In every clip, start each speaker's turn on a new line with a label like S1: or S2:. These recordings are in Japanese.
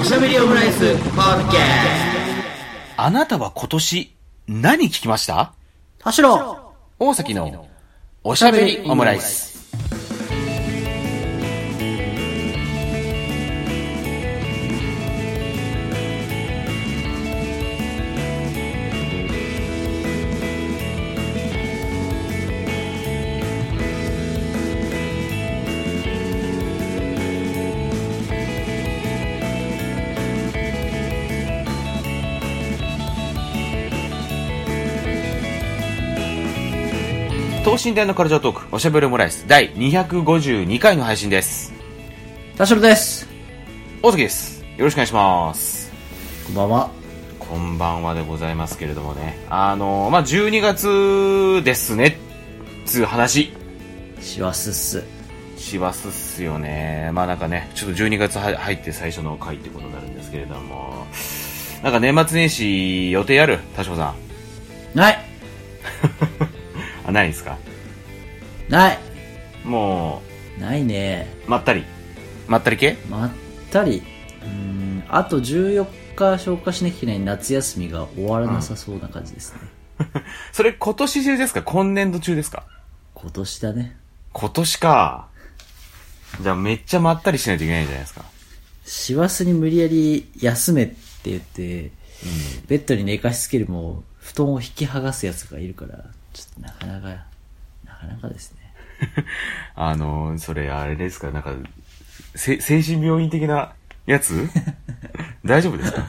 S1: おしゃべりオムライスポッドキャ
S2: あなたは今年何聞きました
S1: ストろ
S2: 大崎のおしゃべりオムライス。等身大のカルチャートーク、おしゃべりオムライス第252回の配信です。
S1: 田代です
S2: 大崎です。よろしくお願いします。
S1: こんばんは
S2: こんばんはでございますけれどもね。あの、まあ、12月ですね、つう話。
S1: しわすっす
S2: 師走っすよね。まあなんかね、ちょっと12月は入って最初の回ってことになるんですけれども、なんか年末年始予定ある田代さん。
S1: ない
S2: あ、ないですか
S1: ない
S2: も
S1: ないね
S2: う、まったり。まったり系
S1: まったりうーんあと14日消化しなきゃいけない夏休みが終わらなさそうな感じですね、
S2: それ今年中ですか今年度中ですか
S1: 今年だね
S2: 今年か。じゃあめっちゃまったりしないといけないんじゃないですか。
S1: 師走に無理やり休めって言って、ベッドに寝かしつけるも布団を引き剥がすやつがいるからちょっとなかなかなかなかですね
S2: あの、それあれですかなんか、せ精神病院的なや つ大丈夫ですか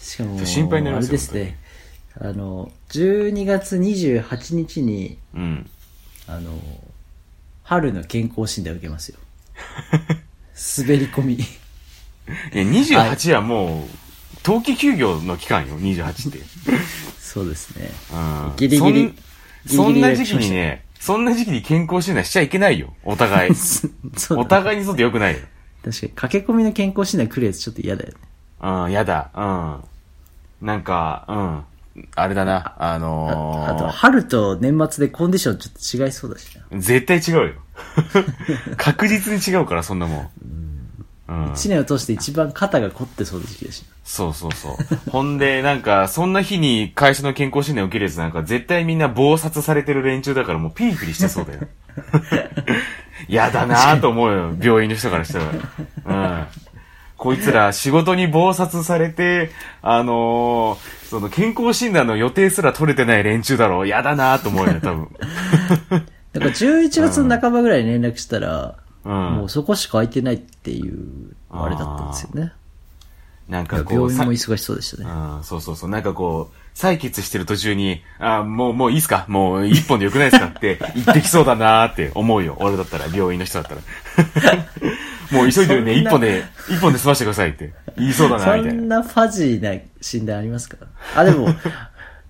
S1: しかも
S2: 心配になりますよ
S1: あれですねあの12月28日に
S2: うん。
S1: あの春の健康診断を受け ますよ滑り込み
S2: いや、28はもう、冬季休業の期間よ、28って。
S1: そうですね
S2: うん。
S1: ギリギリ
S2: そんそんな
S1: ギリギリ
S2: 時期にね、そんな時期に健康診断しちゃいけないよ、お互 い。
S1: そうだ
S2: お
S1: ね
S2: 互いにとって良くないよ。
S1: 確かに駆け込みの健康診断来るやつちょっと嫌だよね
S2: うん、やだ、うん。なんか、うん。あれだな、あのー、
S1: あと春と年末でコンディションちょっと違いそうだしな
S2: 絶対違うよ。 確実に違うから、そんなもん。うん。
S1: 1年を通して一番肩が凝ってそうな時期だし
S2: そうそうそう。 ほんで、なんか、そんな日に会社の健康診断受けるやつなんか、絶対みんな暴殺されてる連中だから、もうピリピリしてそうだよ。 やだなぁと思うよ、病院の人からしたら。うん。こいつら、仕事に暴殺されて、あのーその健康診断の予定すら取れてない連中だろう。やだなぁと思うよ、多分。
S1: ななんか11月の半ばぐらいに連絡したら、
S2: うん
S1: もうそこしか空いてないっていうあれだったんですよね
S2: なん
S1: いや
S2: かこ
S1: 病
S2: う、
S1: 院
S2: さ
S1: も忙しそうでしたね
S2: うんそうそうそう。なんかこう、採血してる途中に、あもう、もういいっすかもう一本でよくないっすかって言ってきそうだなーって思うよ。俺だったら、病院の人だったら。 もう急いでるね、
S1: そん
S2: 一
S1: な
S2: 本で、一本で済ましてくださいって言いそうだな
S1: そ
S2: ーみたい
S1: ん
S2: な。
S1: なファジーな診断ありますかあ、で も、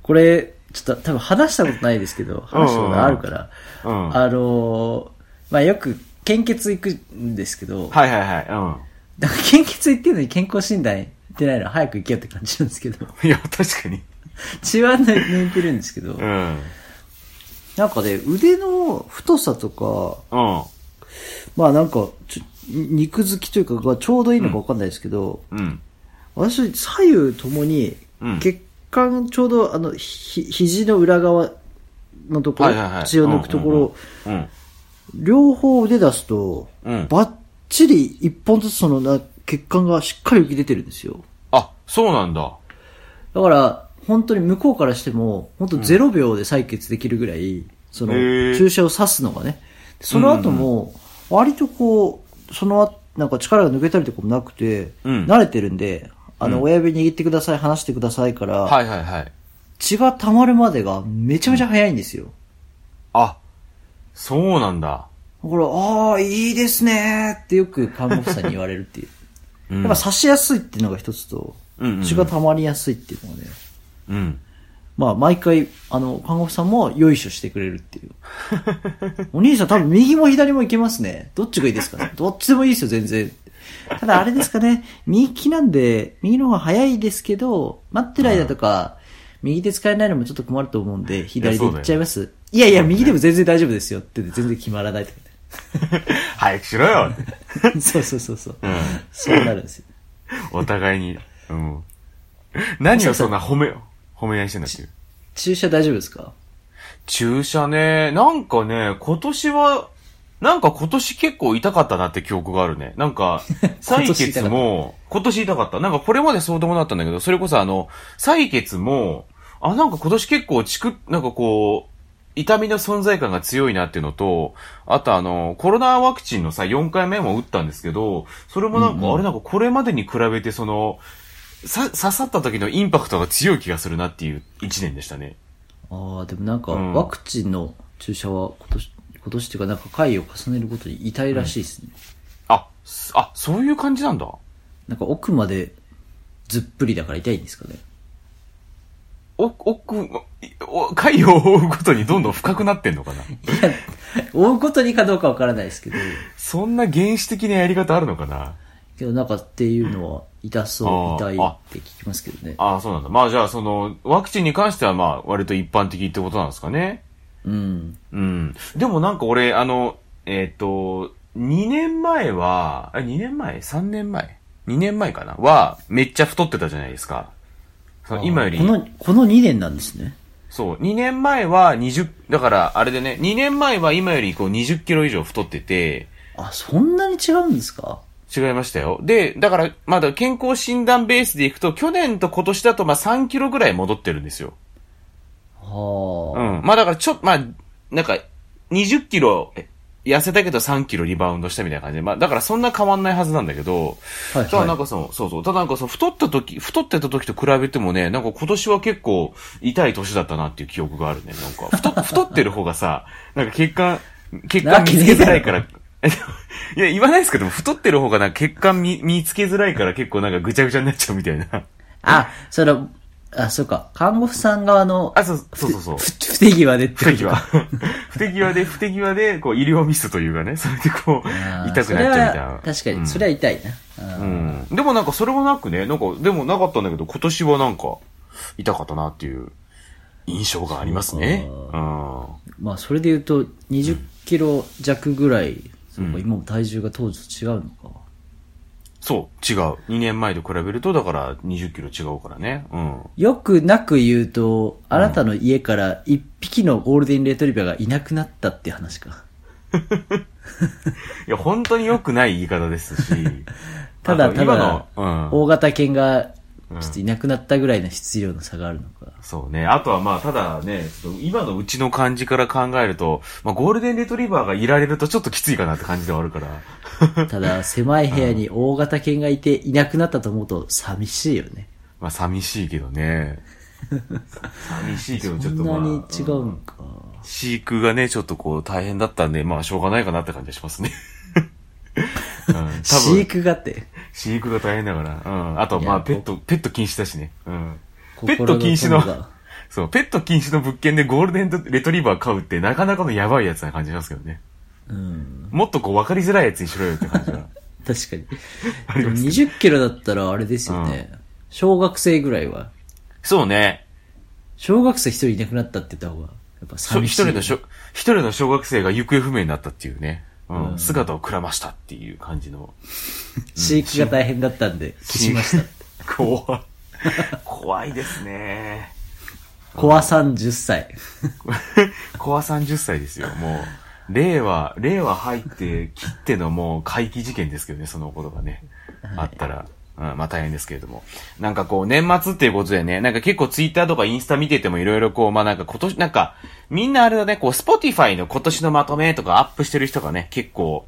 S1: これ、ちょっと多分話したことないですけど、話したことあるから、
S2: うんうん
S1: あのーまあ、よく献血行くんですけど、
S2: はいはいは
S1: だから献血行ってるのに健康診断行ってないのは早く行けよって感じなんですけ ど、
S2: い。うん。いや、確かに。
S1: 血はね抜いてるんですけど
S2: う、ん。
S1: なんかね、腕の太さとか、
S2: うん。
S1: まあなんか、ちょ肉付きというかがちょうどいいのかわかんないですけど、
S2: うん。
S1: 私、左右ともに
S2: うん、
S1: 血管ちょうど、あの、ひ、肘の裏側のところ、
S2: はいはいはい。
S1: 血を抜くところ、
S2: うん。うんうん。
S1: 両方腕出すと、
S2: うん
S1: バッチリ一本ずつそのな、血管がしっかり浮き出てるんですよ。
S2: あ、そうなんだ。
S1: だから、本当に向こうからしても、本当0秒で採血できるぐらい、その、
S2: へー
S1: 注射を刺すのがね。その後も、割とこう、その後、なんか力が抜けたりとかもなくて、
S2: うん
S1: 慣れてるんで、あの、親指握ってください、離してくださいから、
S2: はいはいはい。
S1: 血が溜まるまでがめちゃめちゃ早いんですよ。
S2: あ、そうなんだ。
S1: だから、ああ、いいですねーってよく看護婦さんに言われるっていう。
S2: うん
S1: やっぱ刺しやすいっていうのが一つと、
S2: うんうんうん
S1: 血が溜まりやすいっていうのがね、
S2: うん。
S1: まあ毎回、あの、看護婦さんもよいしょしてくれるっていう。お兄さん多分右も左もいけますね。どっちがいいですかどっちでもいいですよ、全然。ただあれですかね、右利きなんで、右の方が早いですけど、待ってる間とか、右手使えないのもちょっと困ると思うんで、左で行っちゃいます。いやいや、右でも全然大丈夫ですよって言って全然決まらないとかね
S2: 早くしろよって
S1: そうそうそうそう。
S2: うん
S1: そうなるんですよ。
S2: お互いに。うん。何をそんな褒め、褒め合いしてんだっていう。
S1: 注射大丈夫ですか
S2: 注射ね、なんかね、今年は、なんか今年結構痛かったなって記憶があるね。なん か、採血も、今年痛かった。なんかこれまでそうでもなかったんだけど、それこそあの、採血も、あ、なんか今年結構チク、なんかこう、痛みの存在感が強いなっていうのと、あとあの、コロナワクチンのさ、4回目も打ったんですけど、それもなんか、あれなんかこれまでに比べてその、さ、刺さった時のインパクトが強い気がするなっていう1年でしたね。
S1: ああ、でもなんか、
S2: うん
S1: ワクチンの注射は今年、今年っていうかなんか回を重ねるごとに痛いらしいですね。
S2: あ、すあ、そういう感じなんだ。
S1: なんか奥までずっぷりだから痛いんですかね。
S2: お、奥、お、回を追うことにどんどん深くなってんのかな
S1: 追うことにかどうかわからないですけど、
S2: そんな原始的なやり方あるのかな
S1: けどなんかっていうのは痛そう、
S2: あ
S1: 痛
S2: ー
S1: いって聞きますけどね。
S2: ああ、そうなんだ。まあじゃあ、その、ワクチンに関しては、まあ、割と一般的ってことなんですかね。
S1: うん。
S2: うん。でもなんか俺、あの、えっ、と、2年前は、あ、2年前 ?3 年前 ?2 年前かなは、めっちゃ太ってたじゃないですか。その今より
S1: こ。の、この2年なんですね。
S2: そう。2年前は20、だから、あれでね、2年前は今よりこう20キロ以上太ってて、
S1: あ、そんなに違うんですか
S2: 違いましたよ。で、だから、まだ健康診断ベースでいくと、去年と今年だと、まあ3キロぐらい戻ってるんですよ。
S1: は
S2: う
S1: あ、
S2: ん。まあだから、ちょ、まあ、なんか、20キロ、え痩せたけど3キロリバウンドしたみたいな感じで、まあだからそんな変わんないはずなんだけど、
S1: はい
S2: ただなん
S1: は
S2: かその、そうそう、ただなんかその、太った時、太ってた時と比べてもね、なんか今年は結構痛い年だったなっていう記憶があるね。なんか、太、太ってる方がさ、 なんか血管、血管見つけづらいから、 いや、言わないですけど、太ってる方がなんか血管見見つけづらいから結構なんかぐちゃぐちゃになっちゃうみたいな。
S1: い。あ、それ、あ、そうか。看護婦さん側の、
S2: あ、そう、そうそうそう。
S1: ふ不手際でってこと
S2: 不手際。不手 際で、不手際で、こう、医療ミスというかね、それでこ
S1: あ
S2: う、
S1: ー
S2: 痛くなっちゃうみたいな。
S1: それは確か
S2: うん
S1: に、それは痛いな。うん
S2: うん。でもなんかそれもなくね、なんか、でもなかったんだけど、今年はなんか、痛かったなっていう印象がありますね。
S1: そう
S2: うん。
S1: まあ、それで言うと、20キロ弱ぐらい、そう
S2: う
S1: か、
S2: ん
S1: 今も体重が当時と違うのか。
S2: そう、違う。2年前と比べると、だから20キロ違うからね。うん。
S1: よくなく言うと、あなたの家から一匹のゴールデンレトリバーがいなくなったって話か。
S2: いや、本当に良くない言い方ですし。
S1: ただ
S2: あと
S1: た
S2: 今
S1: だ
S2: の、、うん。
S1: 大型犬が、ちょっといなくなったぐらいの質量の差があるのか。
S2: そうね。あとはまあ、ただね、ちょっと今のうちの感じから考えると、まあ、ゴールデンレトリバーがいられるとちょっときついかなって感じではあるから。
S1: た だ、狭い部屋に大型犬がいていなくなったと思うと寂しいよね。
S2: まあ、寂しいけどね。 寂しいけど、ち
S1: そ
S2: ょっと
S1: ん
S2: まあ。
S1: なに違うのか。
S2: 飼育がね、ちょっとこう大変だったんで、まあしょうがないかなって感じがし ますね。うん、多
S1: 飼
S2: 分、
S1: 育がって、
S2: 飼育が大変だから。うん。あと、
S1: いや
S2: まあ、ペット、ペット禁止だしね。うん。ペット禁止の
S1: 心友が、
S2: そう、ペット禁止の物件でゴールデンレトリバー飼うって、なかなかのやばいやつな感じしますけどね。
S1: うん、
S2: もっとこう、わかりづらいやつにしろよって感 じが。
S1: 確かに。
S2: ありますね
S1: 20キロだったらあれですよね。小学生ぐらいは。
S2: そうね。
S1: 小学生一人いなくなったって言った方が、やっぱ
S2: しょ
S1: 寂
S2: 一
S1: しい。
S2: 人のしょ、一人の小学生が行方不明になったっていうね。うん。
S1: うん
S2: 姿をくらましたっていう感じの。
S1: 飼育が大変だったんで消し ました。
S2: た。怖い。怖いですね。
S1: コアさん10歳。
S2: コア30歳ですよ、もう。令和、令和入って切ってのもう怪奇事件ですけどね、そのことがね。あったら。うん、まあ大変ですけれども。なんかこう、年末っていうことでね、なんか結構ツイッターとかインスタ見ててもいろいろこう、まあなんか今年、なんか、みんなあれだね、こう、スポティファイの今年のまとめとかアップしてる人がね、結構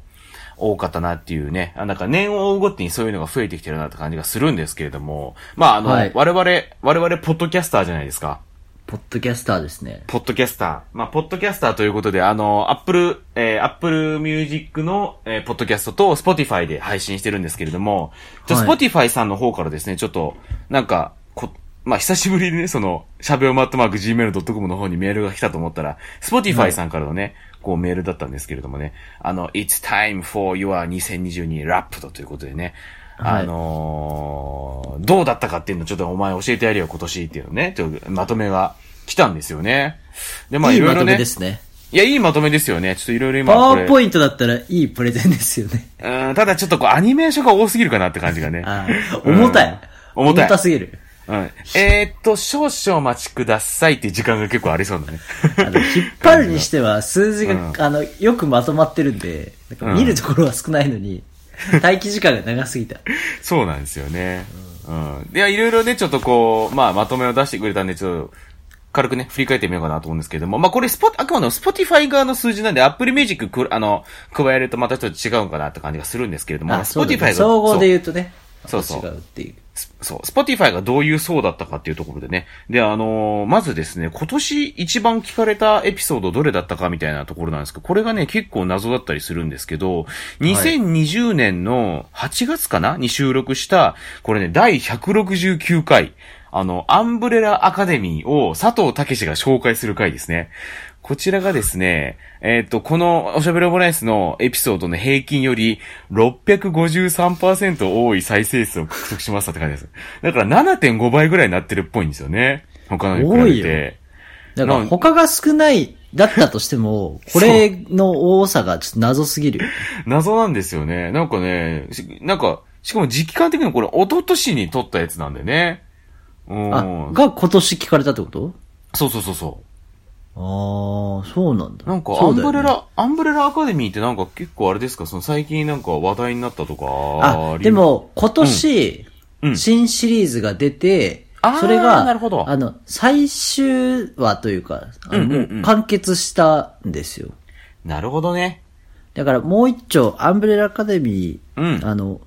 S2: 多かったなっていうね、あなんか年を追うごとにそういうのが増えてきてるなって感じがするんですけれども、まああの、
S1: はい
S2: 我々、我々ポッドキャスターじゃないですか。
S1: ポッドキャスターですね。
S2: ポッドキャスター。まあ、ポッドキャスターということで、あの、アップル、えー、アップルミュージックの、えー、ポッドキャストと、スポティファイで配信してるんですけれども、ちょ、
S1: は
S2: ス
S1: い
S2: ポティファイさんの方からですね、ちょっと、なんか、こ、まあ、久しぶりにね、その、しゃべおまっとマーク gmail.com の方にメールが来たと思ったら、スポティファイさんからのね、こうメールだったんですけれどもね、あの、it's time for your 2022 wrapped ということでね、
S1: はい
S2: あのーどうだったかっていうのをちょっとお前教えてやるよ今年っていうね、というまとめが来たんですよね。で、まあ
S1: い
S2: い
S1: い
S2: ろい
S1: ま
S2: ろ
S1: とめ
S2: ね
S1: で、すね。
S2: いや、いいまとめですよね。ちょっといろいろ今
S1: パ
S2: こ
S1: ワ
S2: れ。
S1: ーポイントだったらいいプレゼンですよね。
S2: うん、ただちょっとこう、アニメーションが多すぎるかなって感じがね。
S1: ああ、重たい。
S2: うん重たい
S1: すぎる。
S2: うん。えー、っと、少々お待ちくださいっていう時間が結構ありそうだね。
S1: あの、引っ張るにしては数字が
S2: う、ん
S1: あの、よくまとまってるんで、なんか見るところは少ないの に、待機時間が長すぎた。
S2: そうなんですよね。うん。いや、いろいろね、ちょっとこう、まあ、まとめを出してくれたんで、ちょっと、軽くね、振り返ってみようかなと思うんですけれども、まあ、これ、スポ、あくまでも Spotify 側の数字なんで、Apple Music く、あの、加えるとまたちょっと違うんかなって感じがするんですけれども、まあ
S1: あ、そうだね
S2: Spotify が、
S1: 総合で言うとね、
S2: そうそう
S1: 違うっていう。
S2: そう、Spotify がどういう層だったかっていうところでね。で、あのーまずですね、今年一番聞かれたエピソードどれだったかみたいなところなんですけど、これがね、結構謎だったりするんですけど、2020年の8月かなに収録した、これね、第169回、あの、アンブレラアカデミーを佐藤健志が紹介する回ですね。こちらがですね、えっ、と、このおしゃべりオムライスのエピソードの平均より653%多い再生数を獲得しましたって感じです。だから7.5倍ぐらいになってるっぽいんですよね。他のに比べて。
S1: だから他が少ないだったとして も、これの多さがちょっと謎すぎる。
S2: 謎なんですよね。なんかね、しなんか、しかも時期間的にもこれ一昨年に撮ったやつなんでね。うん
S1: あ、が今年聞かれたってこと
S2: そうそうそうそう。
S1: ああ、そうなんだ。
S2: なんか、ア
S1: そ
S2: ン
S1: うだよ
S2: ブ
S1: ね
S2: レラ、アンブレラアカデミーってなんか結構あれですかその最近なんか話題になったとか
S1: あ、で、も、今年、
S2: うんうん
S1: 新シリーズが出て、
S2: あー
S1: それが、
S2: なるほど
S1: あの、最終話というか、あの
S2: うんうんうん
S1: もう完結したんですよ。
S2: なるほどね。
S1: だからもう一丁、アンブレラアカデミー、
S2: うん
S1: あの、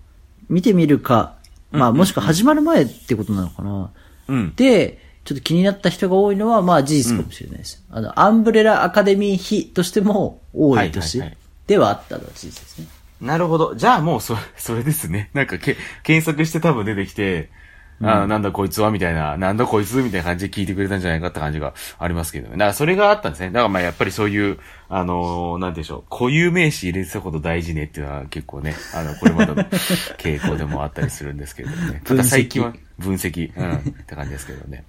S1: 見てみるか、まあ、もしくは始まる前ってことなのかな。
S2: うん。
S1: で、ちょっと気になった人が多いのは、まあ事実かもしれないです。あの、アンブレラアカデミー日としても多い年
S2: はいはいはい
S1: ではあったのは事実ですね。
S2: なるほど。じゃあもうそ、 それですね。なんかけ、検索して多分出てきて、あーなんだこいつはみたいな、なんだこいつみたいな感じで聞いてくれたんじゃないかって感じがありますけどね。だからそれがあったんですね。だからまあやっぱりそういう、あのーなんでしょう、固有名詞入れてたこと大事ねっていうのは結構ね、あの、これまでの傾向でもあったりするんですけれどもね。ただ最近は 分析、うん、って感じですけどね。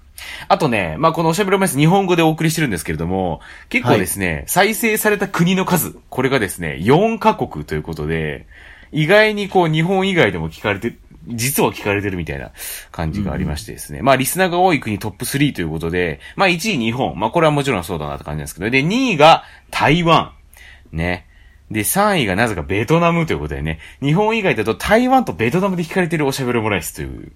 S2: あとね、まあこのおしゃべりマイス日本語でお送りしてるんですけれども、結構ですね、再生された国の数、これがですね、4カ国ということで、意外にこう日本以外でも聞かれて、実は聞かれてるみたいな感じがありましてですね。まあ、リスナーが多い国トップ3ということで、まあ、1位日本。まあ、これはもちろんそうだなって感じなんですけど、で、2位が台湾。ね。で、3位がなぜかベトナムということでね、日本以外だと台湾とベトナムで聞かれてるおしゃべりオムライスという。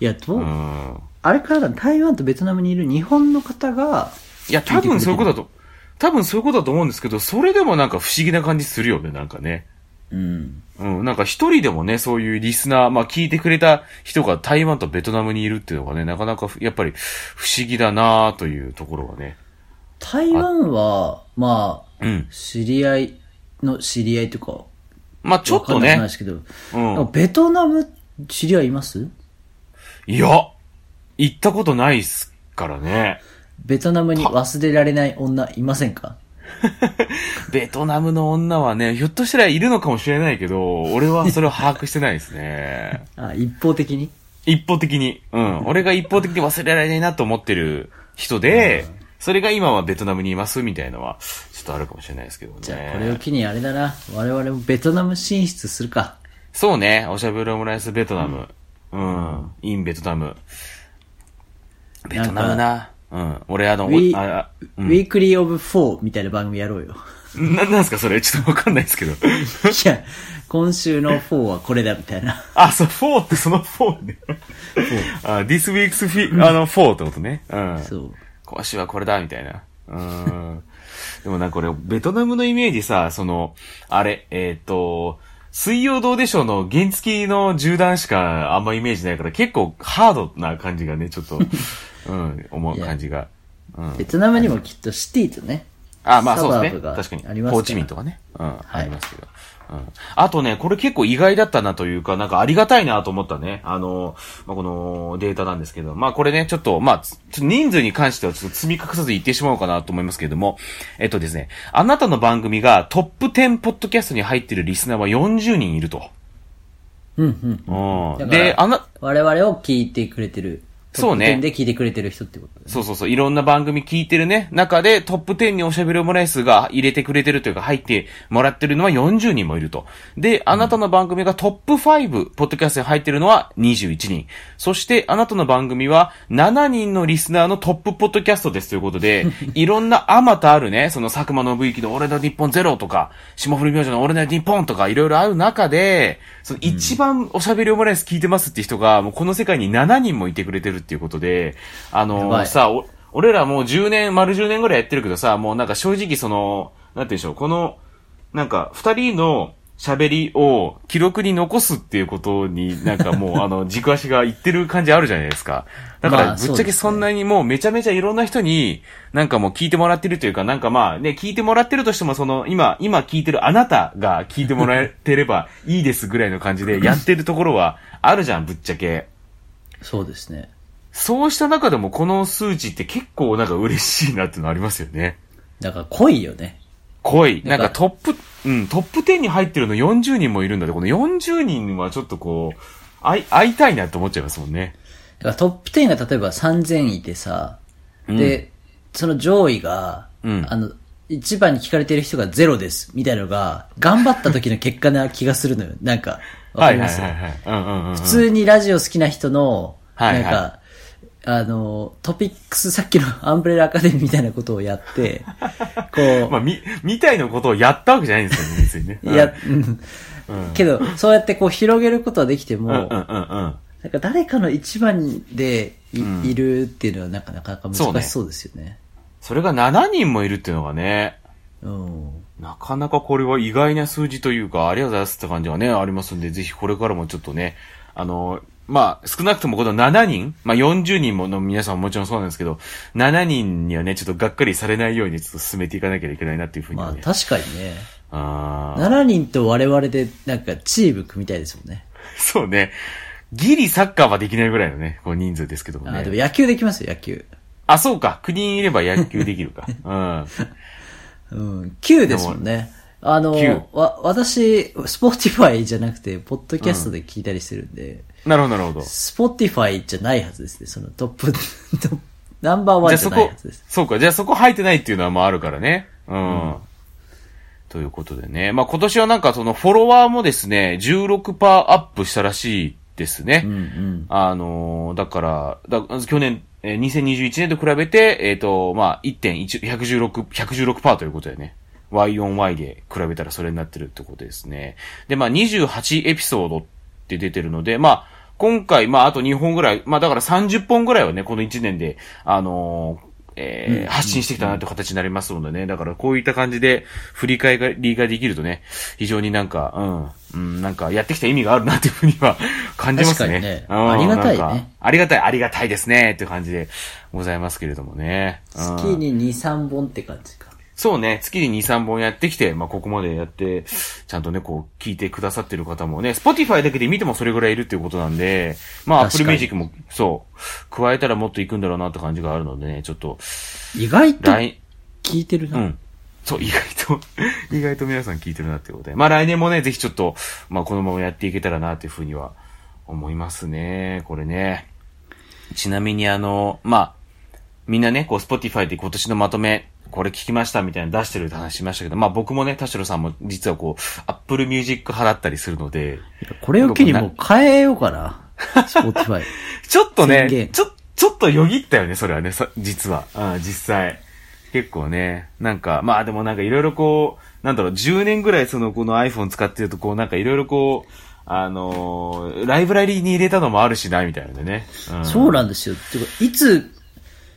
S1: いや、ど
S2: う
S1: う、
S2: ん。
S1: あれからだ台湾とベトナムにいる日本の方が、
S2: いや、多分そういうことだと、多分そういうことだと思うんですけど、それでもなんか不思議な感じするよね、なんかね。
S1: うん。
S2: うん、なんか一人でもね、そういうリスナー、まあ聞いてくれた人が台湾とベトナムにいるっていうのがね、なかなかふやっぱり不思議だなあというところがね。
S1: 台湾は、まあ、
S2: うん。
S1: 知り合いの知り合いとか、
S2: まあちょっと
S1: わかんなくない
S2: ね
S1: で、すけど、
S2: うん
S1: なんかベトナム知り合いいます
S2: いや、行ったことないっすからね。
S1: ベトナムに忘れられない女いませんか
S2: ベトナムの女はね、ひょっとしたらいるのかもしれないけど、俺はそれを把握してないですね。
S1: あ、一方的に
S2: 一方的に。うん。俺が一方的に忘れられないなと思ってる人で、それが今はベトナムにいますみたいのは、ちょっとあるかもしれないですけどね。
S1: じゃあ、これを機にあれだな。我々もベトナム進出するか。
S2: そうね。おしゃべりオムライスベトナム。うん。インベトナム。ベトナムな。うん。俺あの、お
S1: We-
S2: あ、あう
S1: ウィークリーオブ4みたいな番組やろ うよ。
S2: ん、な、なんすかそれちょっとわかんないですけど。
S1: いや、今週の4はこれだみたいな。
S2: あ、そう、4ってその4ね。あ、this week's f あの、4ってことね。うん。
S1: そう。
S2: 今週はこれだ、みたいな。うーん。でもなんか俺、ベトナムのイメージさ、その、あれ、えっ、と、水曜どうでしょうの原付きの銃弾しかあんまイメージないから、結構ハードな感じがね、ちょっと、うん、思う感じが。うん。
S1: ベトナムにもきっとシティとね。
S2: あ、まあそうで
S1: サバーブ
S2: すね。
S1: が
S2: 確かに。
S1: ありますから
S2: ホーチミンとかね。うん、ありますけど。うん、あとね、これ結構意外だったなというか、なんかありがたいなと思ったね。あの、まあ、このデータなんですけど、まあこれね、ちょっと、まあ、つちょっと人数に関してはちょっと積み隠さず言ってしまおうかなと思いますけれども、えっとですね、あなたの番組がトップ10ポッドキャストに入ってるリスナーは40人いると。
S1: うんうん。
S2: うん。
S1: だから
S2: で、あな、
S1: 我々を聞いてくれてる
S2: そうね
S1: トップ10で聞いてくれてる人ってことだね
S2: そうそうそう、いろんな番組聞いてるね、中でトップ10におしゃべりオムライスが入れてくれてるというか入ってもらってるのは40人もいると。で、あなたの番組がトップ5、ポッドキャストに入ってるのは21人。そして、あなたの番組は7人のリスナーのトップポッドキャストですということ で、いろんなあまたあるね、その佐久間信之の俺の日本ゼロとか、霜降り明星の俺の日本とかいろいろある中で、その一番おしゃべりオムライス聞いてますって人が、もうこの世界に7人もいてくれてるっていうことで、あの、
S1: やばい
S2: さ、お俺らもう10年、丸10年ぐらいやってるけどさ、もうなんか正直その、なんて言うんでしょう、この、なんか、二人の喋りを記録に残すっていうことになんか もうあの、軸足がいってる感じあるじゃないですか。だか
S1: ま
S2: ら、
S1: あ
S2: ぶっ
S1: そ
S2: ち
S1: う
S2: ゃ
S1: で
S2: け
S1: すね
S2: そんなにもうめちゃめちゃいろんな人に、なんかもう聞いてもらってるというか、なんかまあね、聞いてもらってるとしても、その、今、今聞いてるあなたが聞いてもらえてればいいですぐらいの感じでやってるところはあるじゃん、ぶっちゃけ。
S1: そうですね。
S2: そうした中でもこの数値って結構なんか嬉しいなっていうのありますよね。
S1: だから濃いよね。
S2: 濃い。な
S1: なんん
S2: か
S1: か
S2: トップ、うん、トップ10に入ってるの40人もいるんだって、この40人はちょっとこう、会い、会いたいなって思っちゃいますもんね。
S1: だからトップ10が例えば3000いてさ、で、その上位が、
S2: うん
S1: あの、一番に聞かれてる人がゼロです、みたいなのが、頑張った時の結果な気がするのよ。なんか、わかります、
S2: はいはいはいはい。うんうんうんうん。
S1: 普通にラジオ好きな人の、
S2: はいはい
S1: なんか、あの、トピックス、さっきの アンブレラアカデミーみたいなことをやって、こう、
S2: まあ、み、みたいなことをやったわけじゃないんですよね、別にね。
S1: いや、うん。けど、そうやってこう広げることはできて
S2: うん、うん
S1: も、
S2: うんうん
S1: なんか誰かの一番でい,、るっていうのはなんかなかなか
S2: そうね
S1: 難しそうですよね。
S2: それが7人もいるっていうのがね、
S1: うん。
S2: なかなかこれは意外な数字というか、ありがとうございますって感じがね、ありますんで、ぜひこれからもちょっとね、あの、まあ、少なくともこの7人、まあ、40人もの皆さんももちろんそうなんですけど、7人にはね、ちょっとがっかりされないようにちょっと進めていかなきゃいけないなっていうふうに
S1: まあ
S2: ね。
S1: 確かにね、
S2: あー
S1: 7人と我々でなんかチーム組みたいですもんね。
S2: そうね。ギリサッカーはできないぐらいのね、こう人数ですけども
S1: あーで
S2: ね。
S1: も野球できますよ、野球。
S2: あ、そうか。9人いれば野球できる か。うん。
S1: うん、9ですもんね。あの
S2: 9、
S1: わ、私、スポーティファイじゃなくて、ポッドキャストで聞いたりしてるんで、
S2: なるほど、なるほど。じ
S1: スポティファイじゃないはずですね。そのトップ、 トップナンバーワ
S2: ゃ
S1: ン
S2: あ
S1: じゃ
S2: そ
S1: ない
S2: こ
S1: はずです、。
S2: そうか。じゃあそこ入ってないっていうのはまああるからね。うんということでね。まあ、今年はなんかそのフォロワーもですね、16%アップしたらしいですね。
S1: うんうん。
S2: あのーだから、だ去年、えー2021年と比べて、えっ、と、まあ、1.1、116、116%ということでね。Y4Y で比べたらそれになってるってことですね。で、まあ、28エピソードって出てるので、まあ、今回、まあ、あと2本ぐらい、まあ、だから30本ぐらいはね、この1年で、あのーえー発信してきたなという形になりますのでね。だからこういった感じで振り返りができるとね、非常になんか、うん、うん、なんかやってきた意味があるなというふうには 感じます
S1: 確か
S2: ね。う
S1: にね
S2: ん
S1: ありがたいね
S2: なんかありがたい、ありがたいですね、っていう感じでございますけれどもね。うん
S1: 月に2、3本って感じか。
S2: そうね、月に2、3本やってきて、まあ、ここまでやって、ちゃんとね、こう、聞いてくださってる方もね、Spotify だけで見てもそれぐらいいるっていうことなんで、まあ、
S1: 確かに
S2: Apple Music も、そう、加えたらもっといくんだろうなって感じがあるのでね、ちょっと、
S1: 意外と
S2: 来、
S1: 聞いてる
S2: う
S1: な。
S2: ん。そう、意外と、意外と皆さん聞いてるなっていうことで。まあ来年もね、ぜひちょっと、まあこのままやっていけたらなっていうふうには思いますね。これね。ちなみにあの、まあ、みんなね、こう、Spotify で今年のまとめ、これ聞きましたみたいなの出してるって話しましたけど、まあ僕もね、田代さんも実はこう、Apple Music 派だったりするので、
S1: これを機にもう変えようか な。スポティファイ。
S2: ちょっと
S1: 宣
S2: ね
S1: 言、
S2: ちょ、ちょっとよぎったよね、それはね、さ実は。うん、実際。結構ね、なんか、まあでもなんかいろいろこう、なんだろう、10年ぐらいそのこの iPhone 使ってるとこう、なんかいろいろこう、あのーライブラリーに入れたのもあるしな、みたいなんでね。うん、
S1: そうなんですよ。てか、いつ、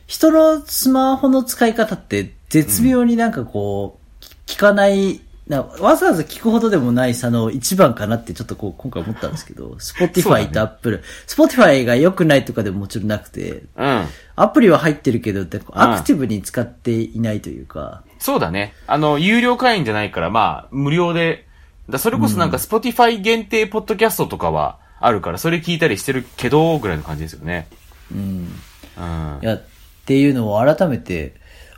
S1: 人のスマホの使い方って絶妙になんかこう、き聞かない、なわざわざ聞くほどでもない差の一番かなってちょっとこう今回思ったんですけど、
S2: そうだ
S1: Spotify
S2: ね
S1: と Apple、Spotify が良くないとかでももちろんなくて、
S2: うん。
S1: アプリは入ってるけど、でアクティブに使っていないというか、
S2: そうだね。あの、有料会員じゃないから、まあ、無料で、だそれこそなんか Spotify 限定ポッドキャストとかはあるから、それ聞いたりしてるけど、ぐらいの感じですよね。
S1: うん。
S2: うん
S1: い。や、っていうのを改めて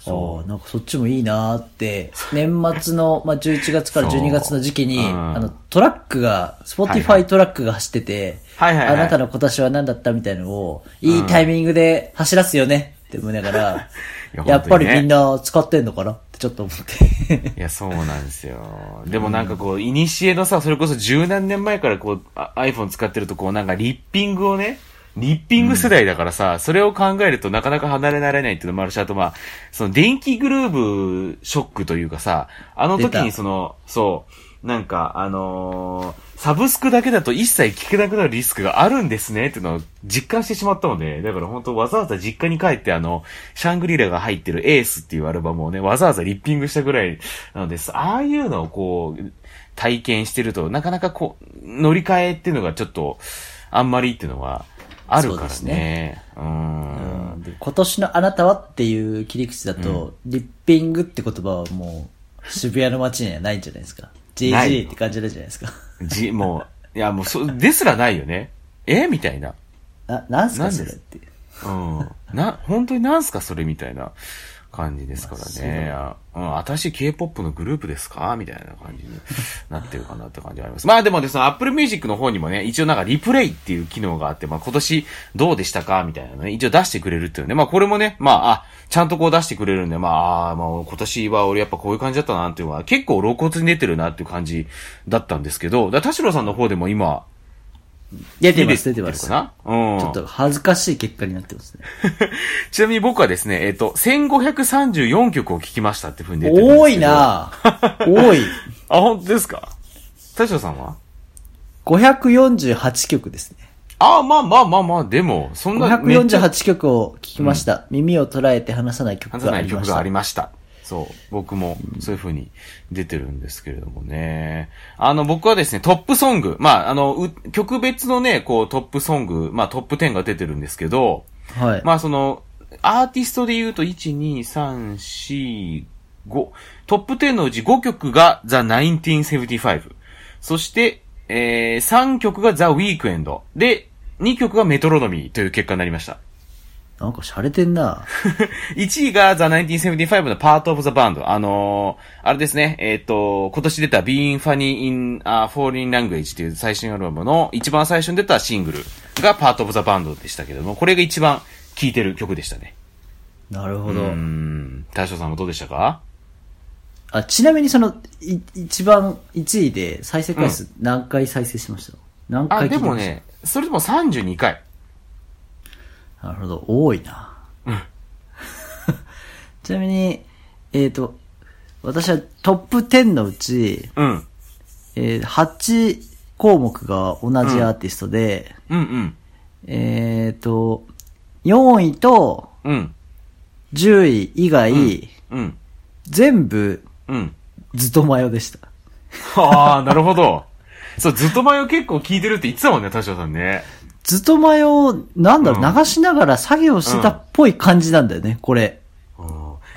S1: ああ、なんかそっちもいいなーって、年末の、まあ、11月から12月の時期に、
S2: そううん
S1: あの、トラックが、スポティフ
S2: はい
S1: ァ
S2: は
S1: イトラックが走ってて、
S2: はいはいはい
S1: あなたの今年は何だったみたいのを、いいタイミングで走らすよねって思いながら、
S2: いや
S1: やっぱり
S2: 本当にね
S1: みんな使ってんのかなってちょっと思って。
S2: いや、そうなんですよ。でもなんかこう、いにしえのさ、それこそ十何年前からこう、あ iPhone 使ってるとこう、なんかリッピングをね、リッピング世代だからさ、それを考えるとなかなか離れられないっていうのもあるし、あとまあ、その電気グルーブショックというかさ、あの時
S1: 出
S2: に
S1: た
S2: その、そう、なんか、あのーサブスクだけだと一切聞けなくなるリスクがあるんですねっていうのを実感してしまったので、だから本当わざわざ実家に帰ってあの、シャングリラが入ってるエースっていうアルバムをね、わざわざリッピングしたぐらいなのです。ああいうのをこう、体験してると、なかなかこう、乗り換えっていうのがちょっと、あんまりっていうのは、あるから
S1: そうです
S2: ね。うーん。
S1: で今年のあなたはっていう切り口だと、リッピングって言葉はもう、渋谷の街にはないんじゃないですか。
S2: ない
S1: GG って感じなんじゃないですか。
S2: じ、もう、いやもう、そ、ですらないよね。えみたいな。
S1: な、なんす
S2: な
S1: か
S2: んです
S1: それって。
S2: うん。な、本当になんすかそれみたいな感じですからね。あうん、私 K-POP のグループですかみたいな感じになってるかなって感じがあります。まあでもね、その Apple Music の方にもね、一応なんかリプレイっていう機能があって、まあ今年どうでしたかみたいなのね、一応出してくれるっていうね。まあこれもね、まあ、あ、ちゃんとこう出してくれるんで、まあ、あーまあ今年は俺やっぱこういう感じだったなっていうのは、結構露骨に出てるなっていう感じだったんですけど、だから田代さんの方でも今、
S1: 出てます、出てます。
S2: かなうん。
S1: ちょっと恥ずかしい結果になってますね。
S2: ちなみに僕はですね、えっ、と、1534曲を聴きましたってふうに出てるんですけど
S1: 多い なぁ多い。
S2: あ、本当ですか大将さんは
S1: 548曲ですね。
S2: あ、まあまあまあまあ、でも、そんなめっちゃ
S1: 548曲を聴きました。耳を捉えて離さない曲
S2: 話さ
S1: があ
S2: ない
S1: りま
S2: 曲
S1: し
S2: が
S1: た。
S2: ありました。そう。僕も、そういう風に出てるんですけれどもね。あの、僕はですね、トップソング。まあ、あの、う曲別のね、こう、トップソング、まあ、トップ10が出てるんですけど、
S1: はい。
S2: まあその、アーティストで言うと、1、2、3、4、5。トップ10のうち5曲が The 1975。そして、えー、3曲が The Weekend。で、2曲がメトロノミーという結果になりました。
S1: なんか洒落てんな
S2: 1位が The 1975の Part of the Band。あのー、あれですね、えっ、と、今年出た Being Funny in a Foreign Language という最新アルバムの一番最初に出たシングルが Part of the Band でしたけども、これが一番聴いてる曲でしたね。
S1: なるほ
S2: う
S1: ど。
S2: ん。大将さんもどうでしたか
S1: あ、ちなみにその、い一番、一位で再生回数何回再生しました、何回
S2: あ、
S1: 聞
S2: で
S1: いて
S2: も
S1: ました
S2: ね、それでも32回。
S1: なるほど、多いな。 ちなみに、えっ、と、私はトップ10のうち、
S2: うん。
S1: えー8項目が同じアーティストで、
S2: うんうん。
S1: えっ、と、4位と
S2: うん。
S1: 10位以外、
S2: うん。
S1: 全部
S2: うん。
S1: ずっとマヨでした。
S2: あ あ、なるほど。そう、ずっと前を結構聞いてるって言ってたもんね、田代さんね。
S1: ずっとマヨを、なんだろう、
S2: うん
S1: 流しながら作業してたっぽい感じなんだよね、これ。
S2: うん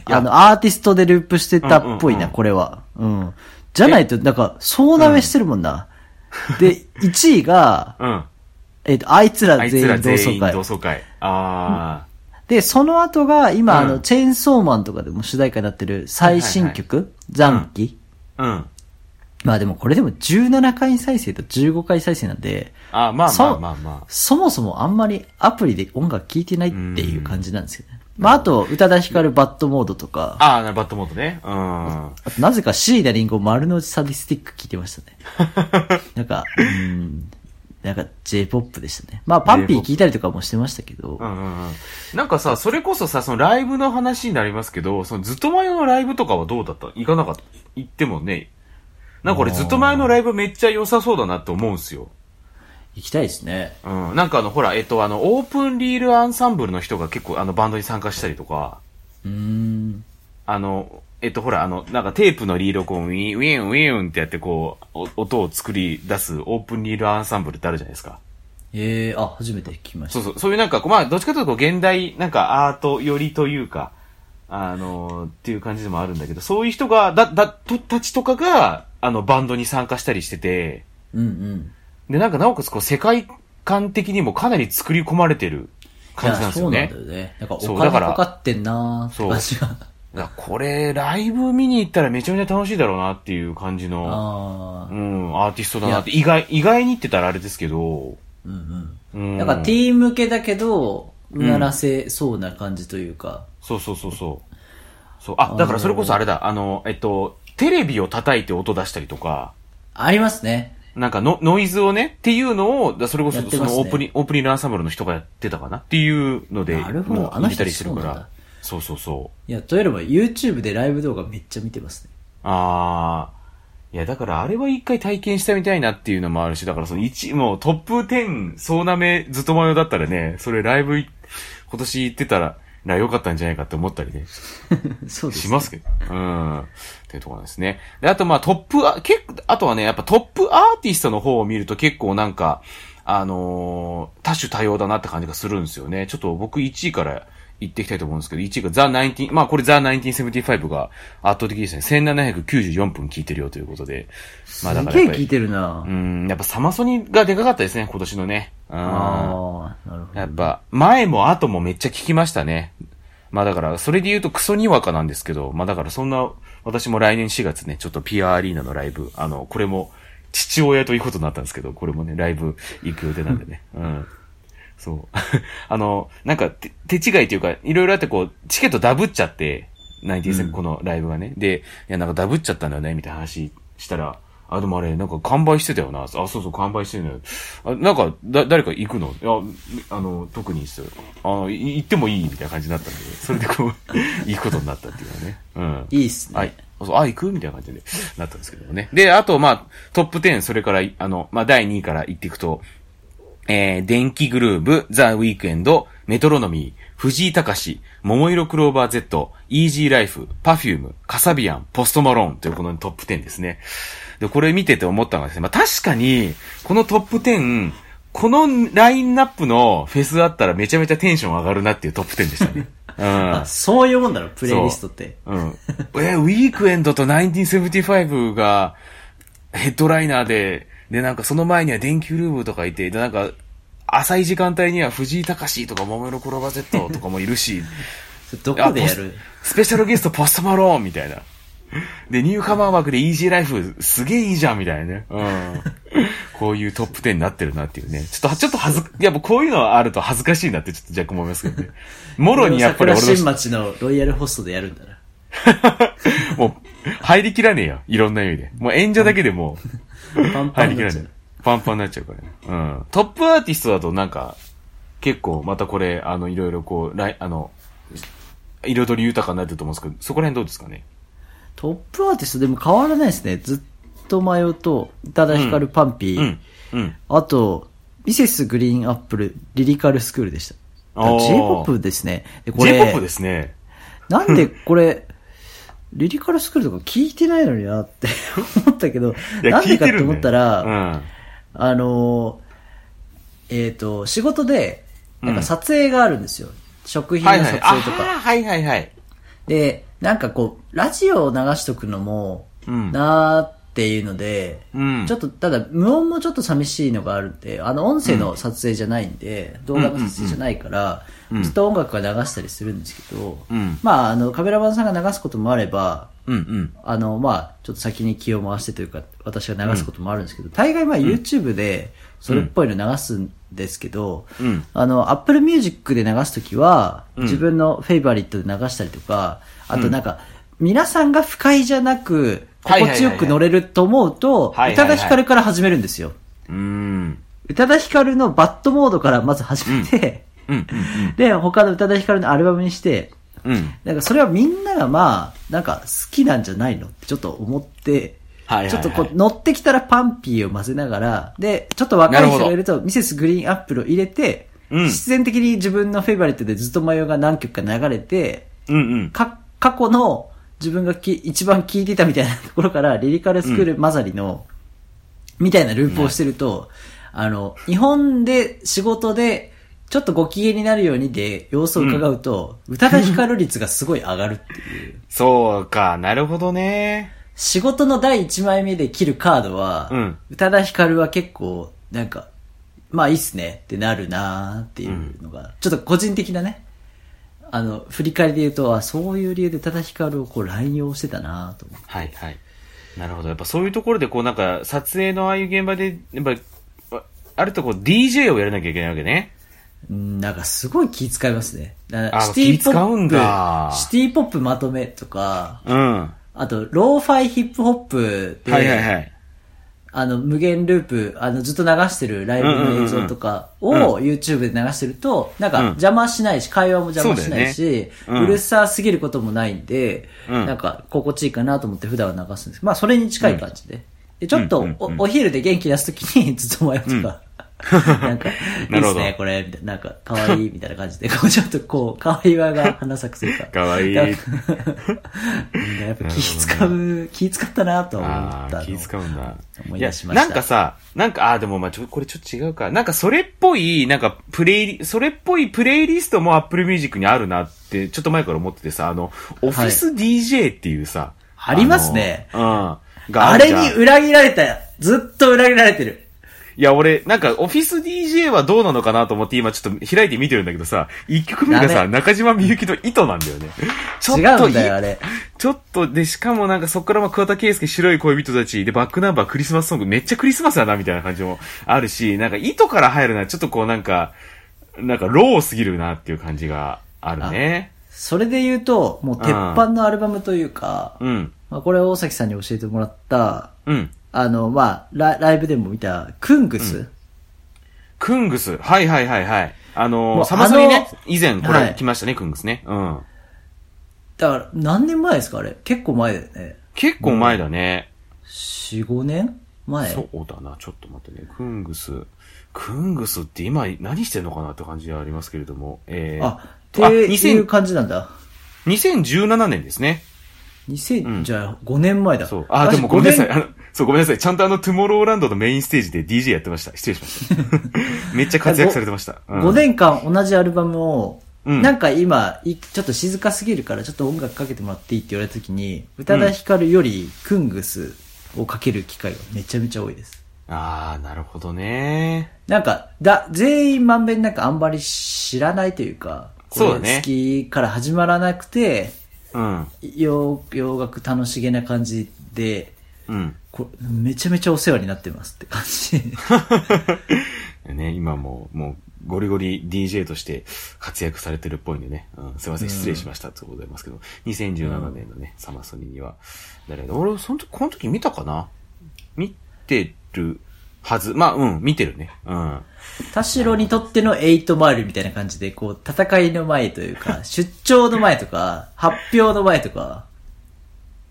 S2: いや
S1: あの、アーティストでループしてたっぽい
S2: うんうん
S1: な、
S2: うん
S1: これは。うん。じゃないと、なんか、総なめしてるもんな。で、1位 が、
S2: うん。
S1: えっ、と、あいつら
S2: あいつ
S1: 全
S2: ら
S1: 員同
S2: 全
S1: 窓
S2: 員
S1: 会
S2: 同。窓会。あ
S1: で、その後が、今、
S2: うん
S1: あの、チェーンソーマンとかでも主題歌になってる最新曲、残機。
S2: あ。うん。
S1: まあでも、これでも17回再生と15回再生なんで、
S2: あーまあま
S1: そ
S2: あまあま
S1: そもそもあんまりアプリで音楽聴いてないっていう感じなんですよね。まあ、あと、宇多田ヒカルバッドモードとか、
S2: あ。ああー、バッドモードね。うん。
S1: あと、なぜか椎名林檎丸の内サディスティック聞いてま したね。なんか、うーん、なんか J-POP でしたね。まあ、パンピー
S2: J-POP
S1: 聞いたりとかもしてましたけど、
S2: うんうんうん。なんかさ、それこそさ、そのライブの話になりますけど、そのずっと前のライブとかはどうだった行かなかった行ってもね。なんか俺ずっと前のライブめっちゃ良さそうだなって思うんすよ。
S1: 行きたいですね。
S2: うん。なんかあの、ほら、えっと、あの、オープンリールアンサンブルの人が結構あの、バンドに参加したりとか、
S1: うーん。
S2: あの、えっと、ほら、あの、なんかテープのリールをこう、ウィン、ウィン、ウィンってやってこう、お音を作り出すオープンリールアンサンブルってあるじゃないですか。
S1: ええあ、初めて聞きまし
S2: そ
S1: た。
S2: うそう、そういうなんかこう、まあ、どっちかというとこう、現代、なんかアート寄りというか、あのーっていう感じでもあるんだけど、そういう人が、だ、だ、と、たちとかが、あの、バンドに参加したりしてて、
S1: うんうん。
S2: で、なんかなおかつこう、世界観的にもかなり作り込まれてる
S1: い
S2: 感じなん
S1: や、
S2: です
S1: そ
S2: よ
S1: うな
S2: ね
S1: んだ。よね。なんかお
S2: そう
S1: 金
S2: だから
S1: かかってんなーって感じが。
S2: がこれ、ライブ見に行ったらめちゃめちゃ楽しいだろうなっていう感じ の、
S1: ああ。
S2: うん、アーティストだなって、意外、意外にって言ったらあれですけど、
S1: うんうん。
S2: うん。
S1: なんか T 向けだけど、うならせそうな感じというか。
S2: そうそうそうそう。そう、あ、だからそれこそあれだ、あの、えっと、テレビを叩いて音出したりとか、
S1: ありますね。
S2: なんかのノイズをね、っていうのを、だそれこそ
S1: やって
S2: そ
S1: ますね
S2: のオープニング、オープニングアンサンブルの人がやってたかなっていうので、
S1: なるほど
S2: もう
S1: あの
S2: 見
S1: 人
S2: たりするか
S1: そうなんだ
S2: ら。そうそうそう。
S1: いや、というよりも YouTube でライブ動画めっちゃ見てますね。
S2: あー。いや、だからあれは一回体験してみたいなっていうのもあるし、だからその一、もうトップ10、総なめずっと迷だったらね、それライブい、今年行ってたら、ら良かったんじゃないかって思ったりね、
S1: そうです、
S2: し
S1: ね。
S2: ますけど。うん。っていうところなんですね。で、あとまあトップ、あ、結構、あとはね、やっぱトップアーティストの方を見ると結構なんか、あのー多種多様だなって感じがするんですよね。ちょっと僕1位から言っていきたいと思うんですけど、1位がザ・19、まあこれザ・1975が圧倒的ですね。1794分聞いてるよということで。まあだ
S1: す
S2: から
S1: げえ
S2: やっぱ
S1: 聞い
S2: り、
S1: てるな、
S2: うん、やっぱサマソニがでかかったですね、今年のね。うん。
S1: ああ、なるほど。
S2: やっぱ、前も後もめっちゃ聞きましたね。まあだから、それで言うとクソにわかなんですけど、まあだからそんな、私も来年4月ね、ちょっとピアアリーナのライブ、あの、これも、父親ということになったんですけど、これもね、ライブ行く予定なんでね。うん。そう。 あの、なんか手、手違いというか、いろいろあってこう、チケットダブっちゃって、ナインティセンこのライブがね。で、いや、なんかダブっちゃったんだよね、みたいな話したら、あ、でもあれ、なんか完売してたよな。あ、そうそう、完売してるのよ。あ、なんか、だ、誰か行くのいや、あの、特にですよ。あの、い行ってもいいみたいな感じになったんで、それでこう、行くことになったっていうのはね。うん。
S1: いいっすね。
S2: はい。そうあ、行くみたいな感じで、なったんですけどもね。で、あと、まあ、トップ10、それから、あの、まあ、第2位から行っていくと、えー、電気グルーブ、ザ・ウィークエンド、メトロノミー、藤井隆、桃色クローバー Z、イージーライフ、パフューム、カサビアン、ポストマローンというこのトップ10ですね。で、これ見てて思ったのがですね、まあ、確かに、このトップ10、このラインナップのフェスあったらめちゃめちゃテンション上がるなっていうトップ10 でしたね。うん。
S1: あ、そういうもんだろ、プレイリストって。
S2: うん。え、ウィークエンドと1975がヘッドライナーで、で、なんかその前には電気ルーブとかいて、で、なんか、浅い時間帯には藤井隆とか桃色クローバー Z とかもいるし、
S1: そ れどこでや
S2: あ
S1: る
S2: ポススペシャルゲストポストマローンみたいな。で、ニューカマー枠でイージーライフすげえいいじゃんみたいなね。うん。こういうトップ10になってるなっていうね。ちょっと、ちょっと恥ず、いや、もうこういうのあると恥ずかしいなってちょっと若干思いますけどね。もろにやっぱり
S1: これを
S2: 俺の
S1: 桜新町のロイヤルホストでやるんだな。
S2: もう、入りきらねえよ。いろんな意味で。もう演者だけでも
S1: パン
S2: う、
S1: パ
S2: 入
S1: ンに
S2: りき
S1: な
S2: ら
S1: っち
S2: ね
S1: ゃう。
S2: え。パンパンになっちゃうからね。うん。トップアーティストだとなんか、結構またこれ、あの、いろいろこう、来、あの、彩り豊かになってると思うんですけど、そこら辺どうですかね。
S1: トップアーティストでも変わらないですね。ずっと迷うと、宇多田ヒカルパンピー、
S2: うん。うん。
S1: あと、ミセスグリーンアップル、リリカルスクールでした。
S2: あー
S1: J-POP ですね。でこれ
S2: J-POP ですね。
S1: なんでこれ、リリカルスクールとか聞いてないのになって思ったけど、
S2: いや
S1: なんでかって
S2: 聞いるんだ
S1: 思
S2: よ
S1: ったら、
S2: うん。
S1: あのー、えっ、と、仕事で、なんか撮影があるんですよ。食品
S2: はい
S1: の
S2: は
S1: 撮影
S2: い。
S1: とか。
S2: あーはいはいはい。
S1: で、なんかこう、ラジオを流しとくのも、
S2: うん
S1: なーっていうので、
S2: うん
S1: ちょっと、ただ、無音もちょっと寂しいのがあるんで、あの、音声の撮影じゃないんで、動画の撮影じゃないから、ずっと音楽が流したりするんですけど、
S2: うん
S1: まあ、あの、カメラマンさんが流すこともあれば、
S2: うんうん。
S1: あの、まあ、ちょっと先に気を回してというか、私が流すこともあるんですけど、大概まあ YouTube で、それっぽいの流すんですけど、
S2: うん
S1: あの、Apple Music で流すときは、自分のフェイバリットで流したりとか、あとなんか、皆さんが不快じゃなく、
S2: はいはい
S1: 心
S2: はいはい
S1: 地よく乗れると思うと、
S2: はい
S1: 宇
S2: は
S1: 多
S2: いは
S1: 田
S2: い
S1: ヒカルから始めるんですよ。
S2: うーん。
S1: 宇多田ヒカルのバッドモードからまず始めて、
S2: うん
S1: で、他の宇多田ヒカルのアルバムにして、
S2: うん。うん。
S1: なんかそれはみんながまあ、なんか好きなんじゃないのってちょっと思って、
S2: はいはいはい
S1: ちょっとこう乗ってきたらパンピーを混ぜながら、で、ちょっと若い人がいるとミセスグリーンアップルを入れて、
S2: うん
S1: 必然的に自分のフェイバリットでずっと迷いが何曲か流れて、
S2: うんうん。
S1: か、過去の自分がき一番聴いてたみたいなところから、リリカルスクール混ざりの、みたいなループをしてると、あの、日本で仕事で、ちょっとご機嫌になるようにで様子を伺うと、宇多田ヒカル率がすごい上がるっていう。
S2: そうか、なるほどね。
S1: 仕事の第1枚目で切るカードは、
S2: うん
S1: 宇多田ヒカルは結構、なんか、まあいいっすねってなるなーっていうのが、ちょっと個人的なね、あの、振り返りで言うと、あ、そういう理由で多田ヒカルをこう乱用してたなと思って。
S2: はいはい。なるほど。やっぱそういうところで、こうなんか、撮影のああいう現場で、やっぱ、ああるとこう DJ をやらなきゃいけないわけね。
S1: うん、なんかすごい気使いますね。だから
S2: あ
S1: シティポ
S2: 気使うん
S1: ッ
S2: だ
S1: プ、シティポップまとめとか、
S2: うん。は
S1: あと、ローファイヒップホップ
S2: い
S1: で、
S2: はいはい。
S1: あの、無限ループ、あの、ずっと流してるライブの映像とか
S2: うんうんうん
S1: を YouTube で流してると、なんか
S2: うん
S1: 邪魔しないし、会話も邪魔しない
S2: そうだよ
S1: し、う
S2: ねうん
S1: るさすぎることもないんで、
S2: うん
S1: なんか心地いいかなと思って普段は流すんですまあ、それに近い感じで。で、ちょっと
S2: うんうんうん
S1: お、お昼で元気出すときに、 ずっと迷うとか、なんか、いい
S2: な
S1: っす
S2: るほど
S1: ね、これ、みたいな、なんか、可愛いみたいな感じで、こう、ちょっとこう、可愛いわが花咲くというか。
S2: 可愛い
S1: なんか みんなやっぱ気使う、気使ったなと思
S2: あ
S1: った
S2: あ、
S1: の。
S2: 気使うんだ。
S1: 思い出しました
S2: いやなんかさ、なんか、ああ、でもまあちょ、これちょっと違うか。なんかそれっぽい、なんかプレイリ、それっぽいプレイリストも Apple Music にあるなって、ちょっと前から思っててさ、あの、オフィス DJ っていうさ。
S1: ありますね
S2: あのうん。が
S1: あ
S2: る
S1: れ
S2: じゃ
S1: に
S2: ん
S1: 裏切られたよ。ずっと裏切られてる。
S2: いや、俺、なんか、オフィス DJ はどうなのかなと思って、今ちょっと開いて見てるんだけどさ、一曲目が
S1: ダ
S2: さ、
S1: メ
S2: 中島みゆきの糸なんだ よね。ちょっ
S1: 違
S2: と
S1: うんだよ、あれ。
S2: ちょっと、で、しかもなんかそこからまあ桑田佳祐白い恋人たち、で、バックナンバークリスマスソング、めっちゃクリスマスだな、みたいな感じもあるし、なんか糸から入るのはちょっとこうなんか、なんかローすぎるなっていう感じがあるね。
S1: それで言うと、もう鉄板のアルバムというか、
S2: うん。
S1: まあ、これ大崎さんに教えてもらった、
S2: うん。
S1: あの、まあラ、ライブでも見た、クングス。
S2: クングス。はいはいはいはい。あ
S1: も
S2: の
S1: う
S2: ー、サマソニね
S1: あの、
S2: 以前こ
S1: はい
S2: れ来ましたね、クングスね。うん。
S1: だから、何年前ですか、あれ。結構前だよね。
S2: 結構前だね。
S1: 4、5年前。
S2: そうだな、ちょっと待ってね。クングス。クングスって今何してんのかなって感じではありますけれども。えー、
S1: あ、っていう
S2: 2000
S1: 感じなんだ。
S2: 2017年ですね。
S1: 2000、
S2: うん
S1: じゃあ5年前だ。
S2: そう。あ、
S1: 私
S2: でもごめんなさい。
S1: 5
S2: あの、そう、ごめんなさい。ちゃんとあの、トゥモローランドのメインステージで DJ やってました。失礼しました。めっちゃ活躍されてました。
S1: 年。5年間同じアルバムを、
S2: うん
S1: なんか今、いちょっと静かすぎるからちょっと音楽かけてもらっていいって言われた時に、宇多田ヒカルよりクングスをかける機会がめちゃめちゃ多いです。
S2: あー、なるほどね。
S1: なんか、だ、全員まんべんなくあんまり知らないというか、こ
S2: そうだね
S1: 好きから始まらなくて、
S2: うん。
S1: 洋洋楽楽しげな感じで、
S2: うん。
S1: こめちゃめちゃお世話になってますって感じ。
S2: ね、今もう、もう、ゴリゴリ DJ として活躍されてるっぽいんでね。うん、すいません、失礼しました。ということでございますけど、2017年のね、サマソニには、誰だ俺、その時、この時見たかな見てるはず。まあ、うん、見てるね。うん。
S1: 田代にとってのエイトマイルみたいな感じで、こう、戦いの前という か、出張の前とか、発表の前とか、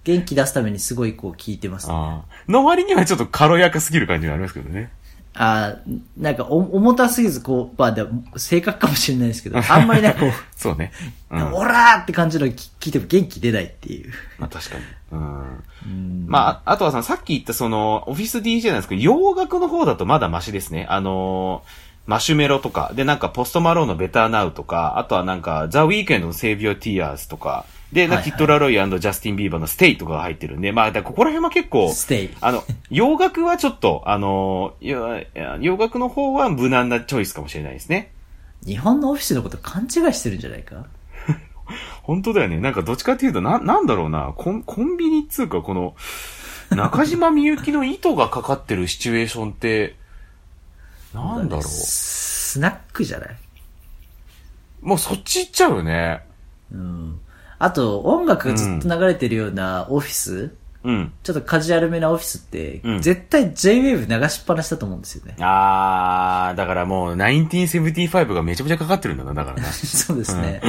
S1: 元気出すためにすごいこう聞いてます。あ
S2: あーの割にはちょっと軽やかすぎる感じがありますけどね。
S1: あー、なんかお重たすぎず、こう、まあでも、性格かもしれないですけど、あんまりなんかこう、
S2: そうね。うん。
S1: オラーって感じの聞聞いても元気出ないっていう。
S2: まあ確かに。うん。
S1: うん
S2: まあ、あとはさ、さっき言ったその、オフィス DJ なんですけど、洋楽の方だとまだマシですね。あのーマシュメロとか、で、なんか、ポストマローンのベターナウとか、あとはなんか、ザ・ウィークエンドのセービオ・ティアーズとか、で、な
S1: は
S2: ん
S1: いは
S2: か、
S1: い
S2: キット・ラロイジャスティン・ビーバーのステイとかが入ってるんで、まあ、だからここら辺は結構、
S1: ステイ。
S2: あの、洋楽はちょっと、あのーいや洋楽の方は無難なチョイスかもしれないですね。
S1: 日本のオフィスのこと勘違いしてるんじゃないか
S2: 本当だよね。なんかどっちかっていうと、な、なんだろうな。コン、コンビニっつうか、この、中島みゆきの糸がかかってるシチュエーションって、なんだろう。
S1: スナックじゃない
S2: もうそっち行っちゃうよね。
S1: うん。あと、音楽がずっと流れてるようなオフィス、
S2: うん。
S1: ちょっとカジュアルめなオフィスって、
S2: うん
S1: 絶対 J-Wave 流しっぱなしだと思うんですよ ね。
S2: あー、だからもう、1975がめちゃめちゃかかってるんだな、だからな。
S1: そうですね。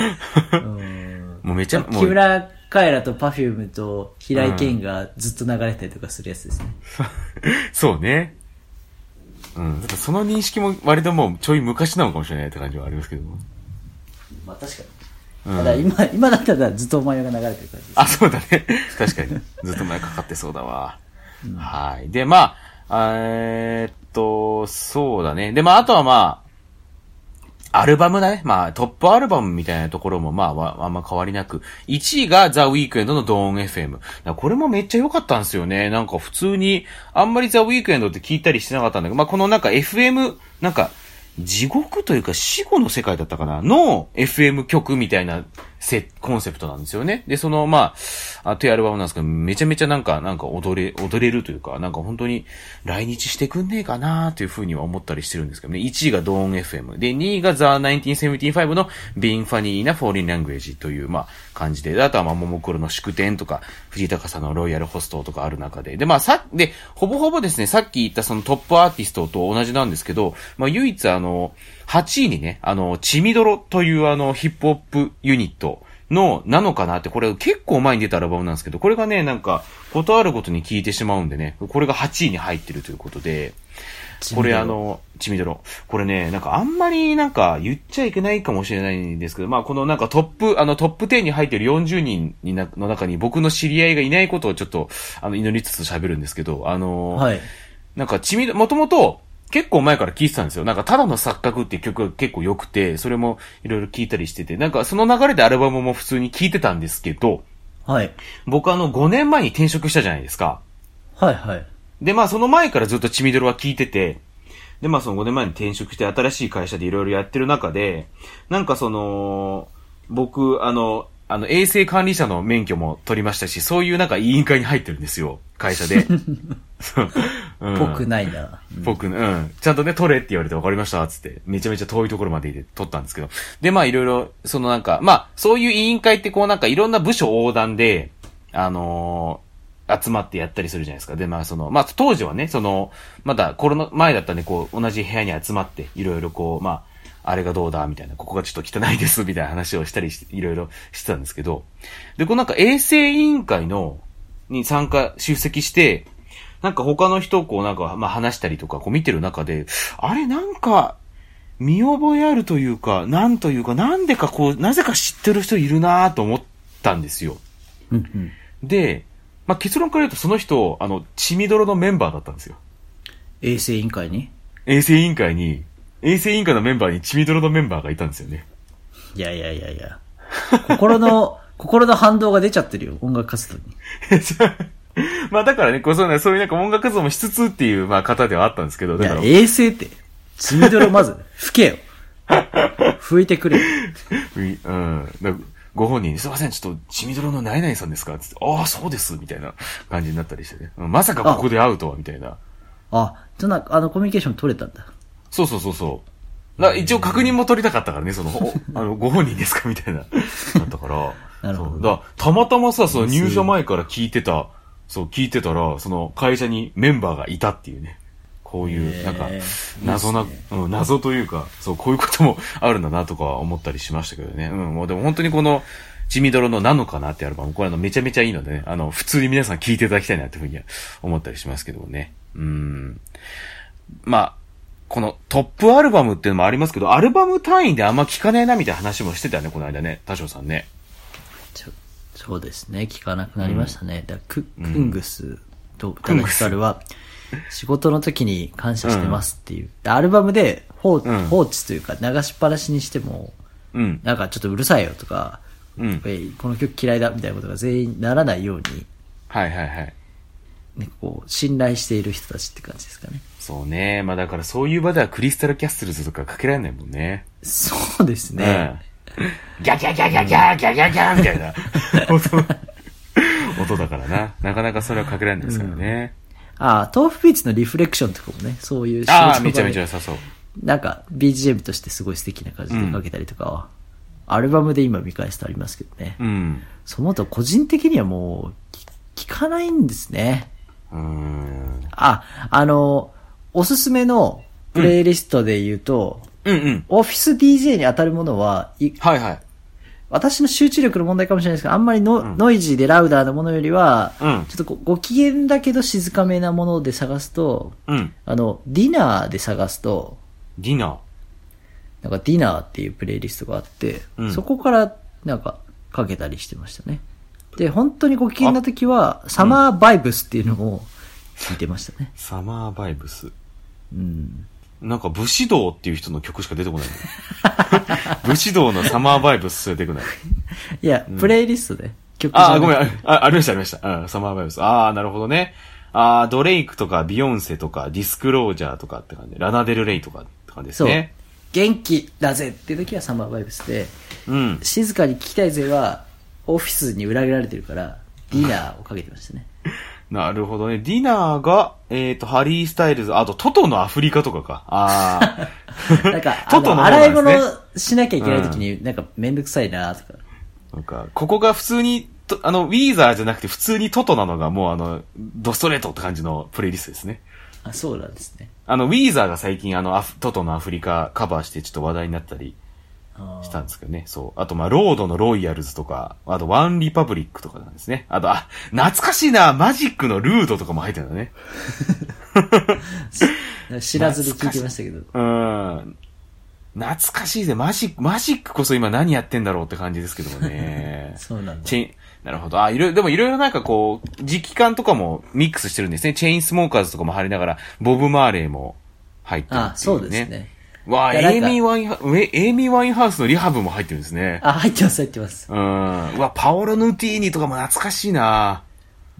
S1: うん
S2: もうめ ちゃ、も
S1: 木
S2: う、
S1: 村カエラと Perfume と平井堅がずっと流れたりとかするやつですね。
S2: そうね。うん。だからその認識も割ともうちょい昔なのかもしれないって感じはありますけども。
S1: まあ確かに。
S2: うん
S1: ただ今、今だったらずっとお前が流れてる感じです。
S2: あ、そうだね。 確かに。ずっと前かかってそうだわ。はい。で、まあ、えーっと、そうだね。で、まあ、あとはまあ、アルバムだね。まあ、トップアルバムみたいなところも、まあ、わあんま変わりなく。1位がザ・ウィークエンドのドーン FM。だからこれもめっちゃ良かったんですよね。なんか普通に、あんまりザ・ウィークエンドって聞いたりしてなかったんだけど、まあ、このなんか FM、なんか、地獄というか死後の世界だったかなの FM 曲みたいなせコンセプトなんですよね。で、その、まあ、あというアルバムなんですけど、めちゃめちゃなんか、なんか踊れ、踊れるというか、なんか本当に来日してくんねえかなというふうには思ったりしてるんですけどね。1位がドーン FM。で、2位が The 1975の Being Funny in a Foreign Language という、まあ、感じで。であとは、まあ、ももクロの祝典とか、藤井隆さんのロイヤルホストとかある中で。で、まあ、さ、で、ほぼほぼですね、さっき言ったそのトップアーティストと同じなんですけど、まあ、唯一あの、8位にね、あの、チミドロというあの、ヒップホップユニットの、なのかなって、これ結構前に出たアルバムなんですけど、これがね、なんか、ことあるごとに聞いてしまうんでね、これが8位に入ってるということで、これあの、チミドロ。これね、なんかあんまりなんか言っちゃいけないかもしれないんですけど、まあこのなんかトップ、あのトップ10に入ってる40人になの中に僕の知り合いがいないことをちょっと、あの、祈りつつ喋るんですけど、あの、
S1: はい。
S2: なんか、ちみど、もともと、結構前から聴いてたんですよ。なんか、ただの錯覚っていう曲が結構良くて、それもいろいろ聴いたりしてて、なんか、その流れでアルバムも普通に聴いてたんですけど、
S1: はい。
S2: 僕あの、5年前に転職したじゃないですか。
S1: はいはい。
S2: で、まあ、その前からずっとチミドルは聴いてて、で、まあ、その5年前に転職して新しい会社でいろいろやってる中で、なんかその、僕、あの、あの、衛生管理者の免許も取りましたし、そういうなんか委員会に入ってるんですよ、会社で。そううん
S1: ぽくないな。
S2: 僕ね、うん。ちゃんとね、取れって言われて分かりました、つって。めちゃめちゃ遠いところまでいて取ったんですけど。で、まあいろいろ、そのなんか、まあ、そういう委員会ってこうなんかいろんな部署横断で、あのー集まってやったりするじゃないですか。で、まあその、まあ当時はね、その、まだコロナ前だったんで、こう、同じ部屋に集まって、いろいろこう、まあ、あれがどうだ、みたいな、ここがちょっと汚いです、みたいな話をしたりして、いろいろしてたんですけど。で、こうなんか衛生委員会の、に参加、出席して、なんか他の人をこうなんか、まあ話したりとか、こう見てる中で、あれなんか、見覚えあるというか、なんというか、なんでかこう、なぜか知ってる人いるなぁと思ったんですよ。
S1: うんうん。
S2: で、まあ結論から言うとその人、あの、チミドロのメンバーだったんですよ。
S1: 衛生委員会に
S2: 衛生委員会に、衛生委員会のメンバーにチミドロのメンバーがいたんですよね。
S1: いやいやいやいや。心の、 心の反動が出ちゃってるよ。音楽活動に。
S2: まあだからね、こうそういうのそういうなんか音楽活動もしつつっていう、まあ方ではあったんですけど、
S1: い
S2: だか
S1: や、
S2: ら、
S1: 衛生って。血みどろ まず、拭けよ。拭いてくれよ。
S2: うん。だからご本人に、すいません、ちょっと、ちみどろのナイナイさんですかつって、ああ、そうです、みたいな感じになったりしてね。うんまさかここで会うとは、みたいな。
S1: あ、そんな、あの、コミュニケーション取れたんだ。
S2: そうそうそうそう。だから一応確認も取りたかったからね、その、 おあの、ご本人ですかみたいな。だったから。
S1: なるほど
S2: そうだからたまたまさ、その入社前から聞いてた、そう、聞いてたら、その会社にメンバーがいたっていうね。こうい
S1: へ
S2: う、
S1: ー
S2: なんか
S1: いいっ、
S2: 謎な、
S1: すね
S2: うん、謎というか、そう、こういうこともあるんだなとか思ったりしましたけどね。うん、もうでも本当にこの、地味泥のなのかなってアルバム、これあの、めちゃめちゃいいのでね、あの、普通に皆さん聞いていただきたいなっていうふうには思ったりしますけどもね。うん。まあ、このトップアルバムっていうのもありますけど、アルバム単位であんま聞かねえなみたいな話もしてたよね、この間ね、多少さんね。
S1: ちょそうですね、聞かなくなりましたね。だからククングスと歌のヒカルは、仕事の時に感謝してますっていう。でアルバムで放,、
S2: うん
S1: 放置というか流しっぱなしにしても、
S2: うん。
S1: なんかちょっとうるさいよとか、
S2: うん。
S1: えいこの曲嫌いだみたいなことが全員ならないように、
S2: はいはいはい。
S1: ね、こう、信頼している人たちって感じですかね。
S2: そうね。まあだからそういう場ではクリスタルキャッスルズとかかけられないもんね。
S1: そうですね。
S2: うん。ギャギャギャギャギャギャギャギャみたいな 音音だからな。なかなかそれはかけられないですからね。
S1: ああ、豆腐ビーツのリフレクションとかもね、そういう仕事
S2: ああ、
S1: 場で
S2: めちゃめちゃ良さそう。
S1: なんか BGM としてすごい素敵な感じでかけたりとかは、アルバムで今見返してありますけどね。
S2: うん。
S1: その他個人的にはもうき、聞かないんですね。
S2: うーん。
S1: あ、あの、おすすめのプレイリストで言うと、
S2: うんうん。
S1: オフィス DJ に当たるものは、い
S2: はいはい。
S1: 私の集中力の問題かもしれないですけど、あんまりの、ノイジーでラウダーなものよりは、
S2: うん
S1: ちょっとごご機嫌だけど静かめなもので探すと、
S2: うん。
S1: あの、ディナーで探すと、
S2: ディナー。
S1: なんかディナーっていうプレイリストがあって、
S2: うん
S1: そこからなんかかけたりしてましたね。で、本当にご機嫌な時は、サマーバイブスっていうのを聞いてましたね。
S2: サマーバイブス。
S1: うん。
S2: なんか武士道っていう人の曲しか出て こない。武士道のサマーバイブスしか出てこない。
S1: いや、プレイリストで。曲
S2: ああ、ごめん、
S1: ん。
S2: あ、あありました、ありました。うん、サマーバイブス。ああ、なるほどね。ああ、ドレイクとか、ビヨンセとか、ディスクロージャーとかって感じ。ラナデルレイとかって感じです
S1: そう
S2: ね。。
S1: 元気だぜっていう時はサマーバイブスで、
S2: うん。
S1: 静かに聞きたいぜは、オフィスに裏切られてるから、ディナーをかけてました ね。
S2: なるほどね。ディナーが、えっ、と、ハリー・スタイルズ、あと、トトのアフリカとかか。あ
S1: なんか、あ
S2: トト
S1: の、
S2: の方なん
S1: 洗
S2: で
S1: い
S2: す
S1: 物
S2: ね
S1: しなきゃいけない時に、なんかめんどくさいなとか。
S2: あ。なんか、ここが普通に、とあの、ウィーザーじゃなくて普通にトトなのがもうあの、ドストレートって感じのプレイリストですね。
S1: あ、そうなんですね。
S2: あの、ウィーザーが最近あの、アフトトのアフリカカバーしてちょっと話題になったり
S1: あー
S2: したんですけどね。そう。あと、まあ、ロードのロイヤルズとか、あと、ワンリパブリックとかなんですね。あと、あ、懐かしいな、マジックのルードとかも入ってるんだね。
S1: 知らずに聞いてましたけど。
S2: うーん。懐かしいぜ。マジック、マジックこそ今何やってんだろうって感じですけどもね。
S1: そうなんだ。
S2: チェイン、なるほど。あ、いろいろ、でもいろいろなんかこう、時期感とかもミックスしてるんですね。チェインスモーカーズとかも入りながら、ボブ・マーレーも入ってるっていう、ね。
S1: あ、そうです。ね。
S2: わあ、
S1: いやなんか
S2: エイミー・ワインハウス、エイミー・ワインハウスのリハブも入ってるんですね。
S1: あ、入ってます、入ってます。
S2: うーん。うわ、パオロ・ヌーティーニとかも懐かしいな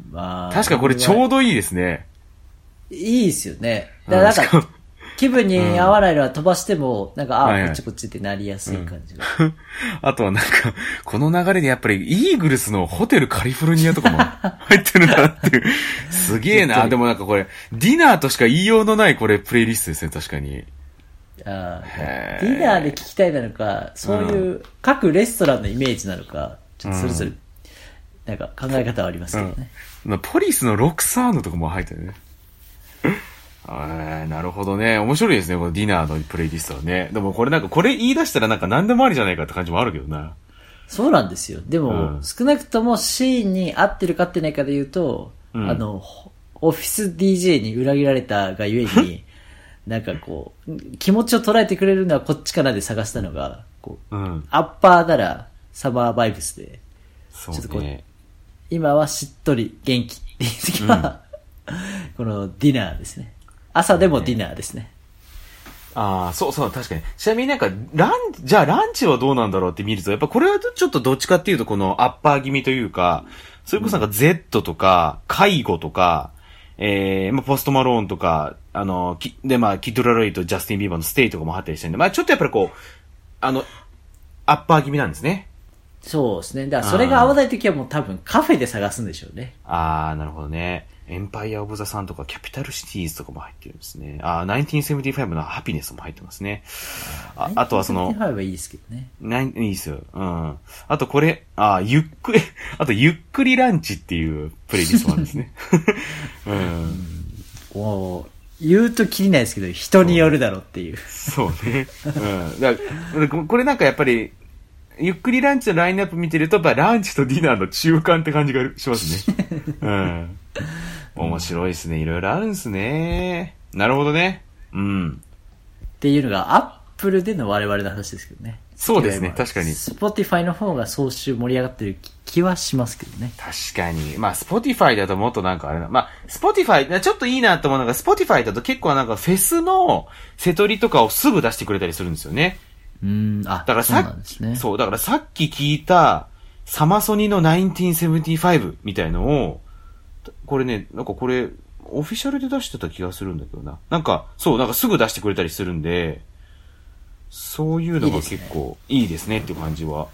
S1: まあ、
S2: 確かこれちょうどいいですね。
S1: いいですよね。だからなん
S2: うんしかも
S1: か、気分に合わないのは飛ばしても、なんか、あ、
S2: はいはい
S1: こっちこっちってなりやすい感じが。
S2: あとはなんか、この流れでやっぱりイーグルスのホテルカリフォルニアとかも 入ってるんだっていう。すげえな。でもなんかこれ、ディナーとしか言いようのないこれプレイリストですね、確かに。
S1: あ
S2: へ
S1: ー
S2: ー
S1: ディナーで聞きたいなのか、そういう各レストランのイメージなのか、ちょっとそれぞれ、なんか考え方はありますけどね。
S2: まあポリスのロクサーヌとかも入ってるね。えーなるほどね。面白いですね、このディナーのプレイリストはね。でもこれなんか、これ言い出したらなんか何でもありじゃないかって感じもあるけどな。
S1: そうなんですよ。でも、
S2: うん
S1: 少なくともシーンに合ってるか合ってないかで言うと、
S2: うん
S1: あの、ほオフィス DJ に裏切られたがゆえ に、なんかこう、気持ちを捉えてくれるのはこっちかなで探したのが、こう、
S2: うん。
S1: アッパーならサマーバイブスで、
S2: そ
S1: ちょっとこ
S2: う
S1: う
S2: ね。
S1: 今はしっとり元気っていう時は、 このディナーですね。朝でもディナーですね。
S2: ああ、そうそう、確かに。ちなみになんか、ラン、じゃあランチはどうなんだろうって見ると、やっぱこれはちょっとどっちかっていうと、このアッパー気味というか、それこそなんか Z とか、介護とか、えー、まあ、ポストマローンとか、あの、きで、まあ、キッドラロイとジャスティン・ビーバーのステイとかも入ったりしてるんで、まあ、ちょっとやっぱりこう、あの、アッパー気味なんですね。
S1: そうですね。だからそれが合わない時はもう多分カフェで探すんでしょうね。
S2: ああ、なるほどね。エンパイア・オブ・ザ・サンとか、キャピタル・シティーズとかも入ってるんですね。ああ、1975のハピネスも入ってますね。ああとはその、
S1: 1975はいいですけどね。
S2: ない、いいっすよ。うん。あとこれ、あゆっくり、 あとゆっくりランチっていうプレイリストなんですね。 うん。
S1: もう、言うときりないですけど、人によるだろうっていう。
S2: そうね。うん。だからここれなんかやっぱり、ゆっくりランチのラインナップ見てると、やっぱランチとディナーの中間って感じがしますね。うん。面白いですね。いろいろあるんですね。なるほどね。うん。
S1: っていうのが、アップルでの我々の話ですけどね。
S2: そうですね確かに
S1: スポティファイの方が総集盛り上がってる気はしますけどね。
S2: 確かに。まあ、スポティファイだともっとなんかあれな。まあ、スポティファイ、ちょっといいなと思うのが、スポティファイだと結構なんかフェスのセトリとかをすぐ出してくれたりするんですよね。
S1: うーん、あ、
S2: だから
S1: そう
S2: さ
S1: なんですね。
S2: そう、だからさっき聞いた、サマソニの1975みたいのを、これね、なんかこれ、オフィシャルで出してた気がするんだけどな。なんか、そう、なんかすぐ出してくれたりするんで、そういうのが結構いいですねっていう感じは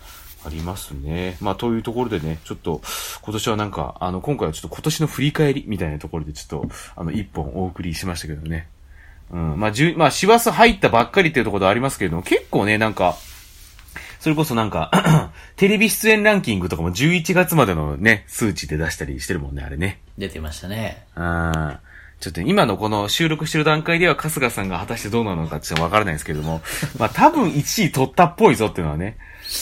S2: ありますね。まあ、というところでね、ちょっと、今年はなんか、あの、今回はちょっと今年の振り返りみたいなところでちょっと、あの、一本お送りしましたけどね。うん。まあ、じゅ、まあ、師走入ったばっかりっていうところではありますけれども、結構ね、なんか、それこそなんか、 テレビ出演ランキングとかも11月までのね、数値で出したりしてるもんね、あれね。
S1: 出てましたね。
S2: うん。ちょっと今のこの収録してる段階では春日さんが果たしてどうなのかちょっとわからないんですけれど も、まあ多分1位取ったっぽいぞっていうのはね、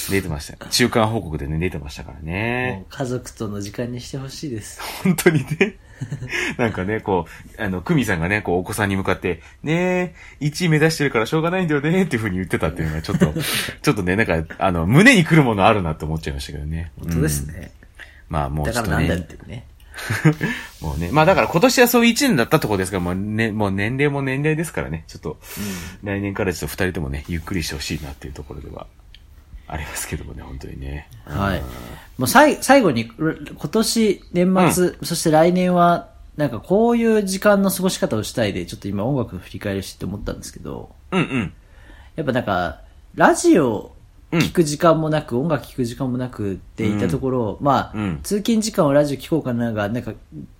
S2: 出てました。中間報告でね、出てましたからね
S1: も。う家族との時間にしてほしいです。
S2: 本当にね。 なんかね、こう、あの、久美さんがね、こう、お子さんに向かって、ねえ、1位目指してるからしょうがないんだよね、っていうふうに言ってたっていうのが、ち ょっと、ちょっとね、なんか、あの、胸にくるものあるなって思っちゃいましたけどね。
S1: 本当ですね。
S2: うん。まあ、もう
S1: だ
S2: ち
S1: か
S2: ょっ
S1: ら
S2: と
S1: なんだっ
S2: ね、
S1: てね。
S2: もうね、まあだから今年はそういう1年だったところですから、もうね、もう年齢も年齢ですからね、ちょっと、来年からちょっと2人ともね、ゆっくりしてほしいなっていうところでは、ありますけどもね、本当にね。
S1: はい。もうさい最後に、う今年、年末、そして来年は、なんかこういう時間の過ごし方をしたいで、ちょっと今音楽の振り返りしてて思ったんですけど、
S2: うんうん。
S1: やっぱなんか、ラジオ聞く時間もなく、音楽聞く時間もなくって言ったところ、まあ、
S2: うん
S1: 通勤時間をラジオ聞こうかなが、なんか、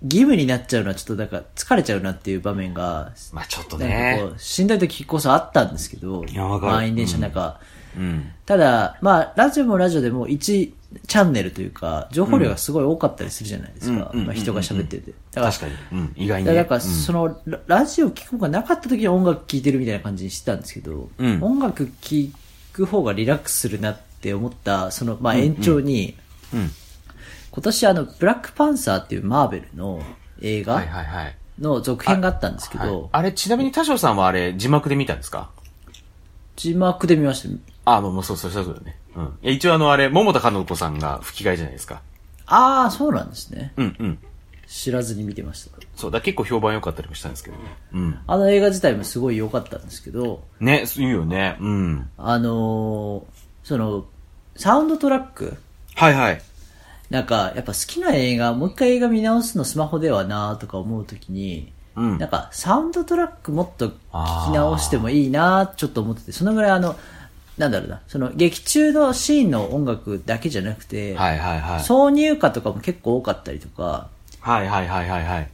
S1: 義務になっちゃうのはちょっとなんか疲れちゃうなっていう場面が、
S2: まあちょっと
S1: なん
S2: ね
S1: か。こう、しんどい時こそあったんですけど、
S2: いやわかる
S1: 満員電車の中。
S2: うん。
S1: ただ、まあ、ラジオもラジオでも1チャンネルというか、情報量がすごい多かったりするじゃないですか。
S2: うんうん
S1: まあ、人が喋ってて。だから
S2: 確かに。うん。意外に
S1: だから
S2: ね。
S1: なんか、
S2: うん
S1: その、ララジオ聴く方がなかった時は音楽聴いてるみたいな感じにしてたんですけど、
S2: うん
S1: 音楽聴く方がリラックスするなって思った、その、まあ延長に、
S2: うん。
S1: 今年あの、ブラックパンサーっていうマーベルの映
S2: はい
S1: 画
S2: はいはい。
S1: の続編があったんですけ
S2: はい
S1: ど、
S2: あれ、ちなみに多少さんはあれ、字幕で見たんですか
S1: 字幕で見ました。
S2: あ、もうもうそうそう、そうだよね。うん。いや一応あの、あれ、桃田かの子さんが吹き替えじゃないですか。
S1: ああ、そうなんですね。
S2: うんうん。
S1: 知らずに見てました。
S2: そう、だから結構評判良かったりもしたんですけどね。うん。
S1: あの映画自体もすごい良かったんですけど、
S2: ね、そういうよね。うん。
S1: あのーその、サウンドトラック
S2: はいはい。
S1: なんか、やっぱ好きな映画、もう一回映画見直すのスマホではなーとか思うときに、
S2: うん
S1: なんか、サウンドトラックもっと聞き直してもいいなーちょっと思ってて、そのぐらいあの、なんだろうな、その劇中のシーンの音楽だけじゃなくて、
S2: はいはいはい。
S1: 挿入歌とかも結構多かったりとか、
S2: はいはいはいはいはい。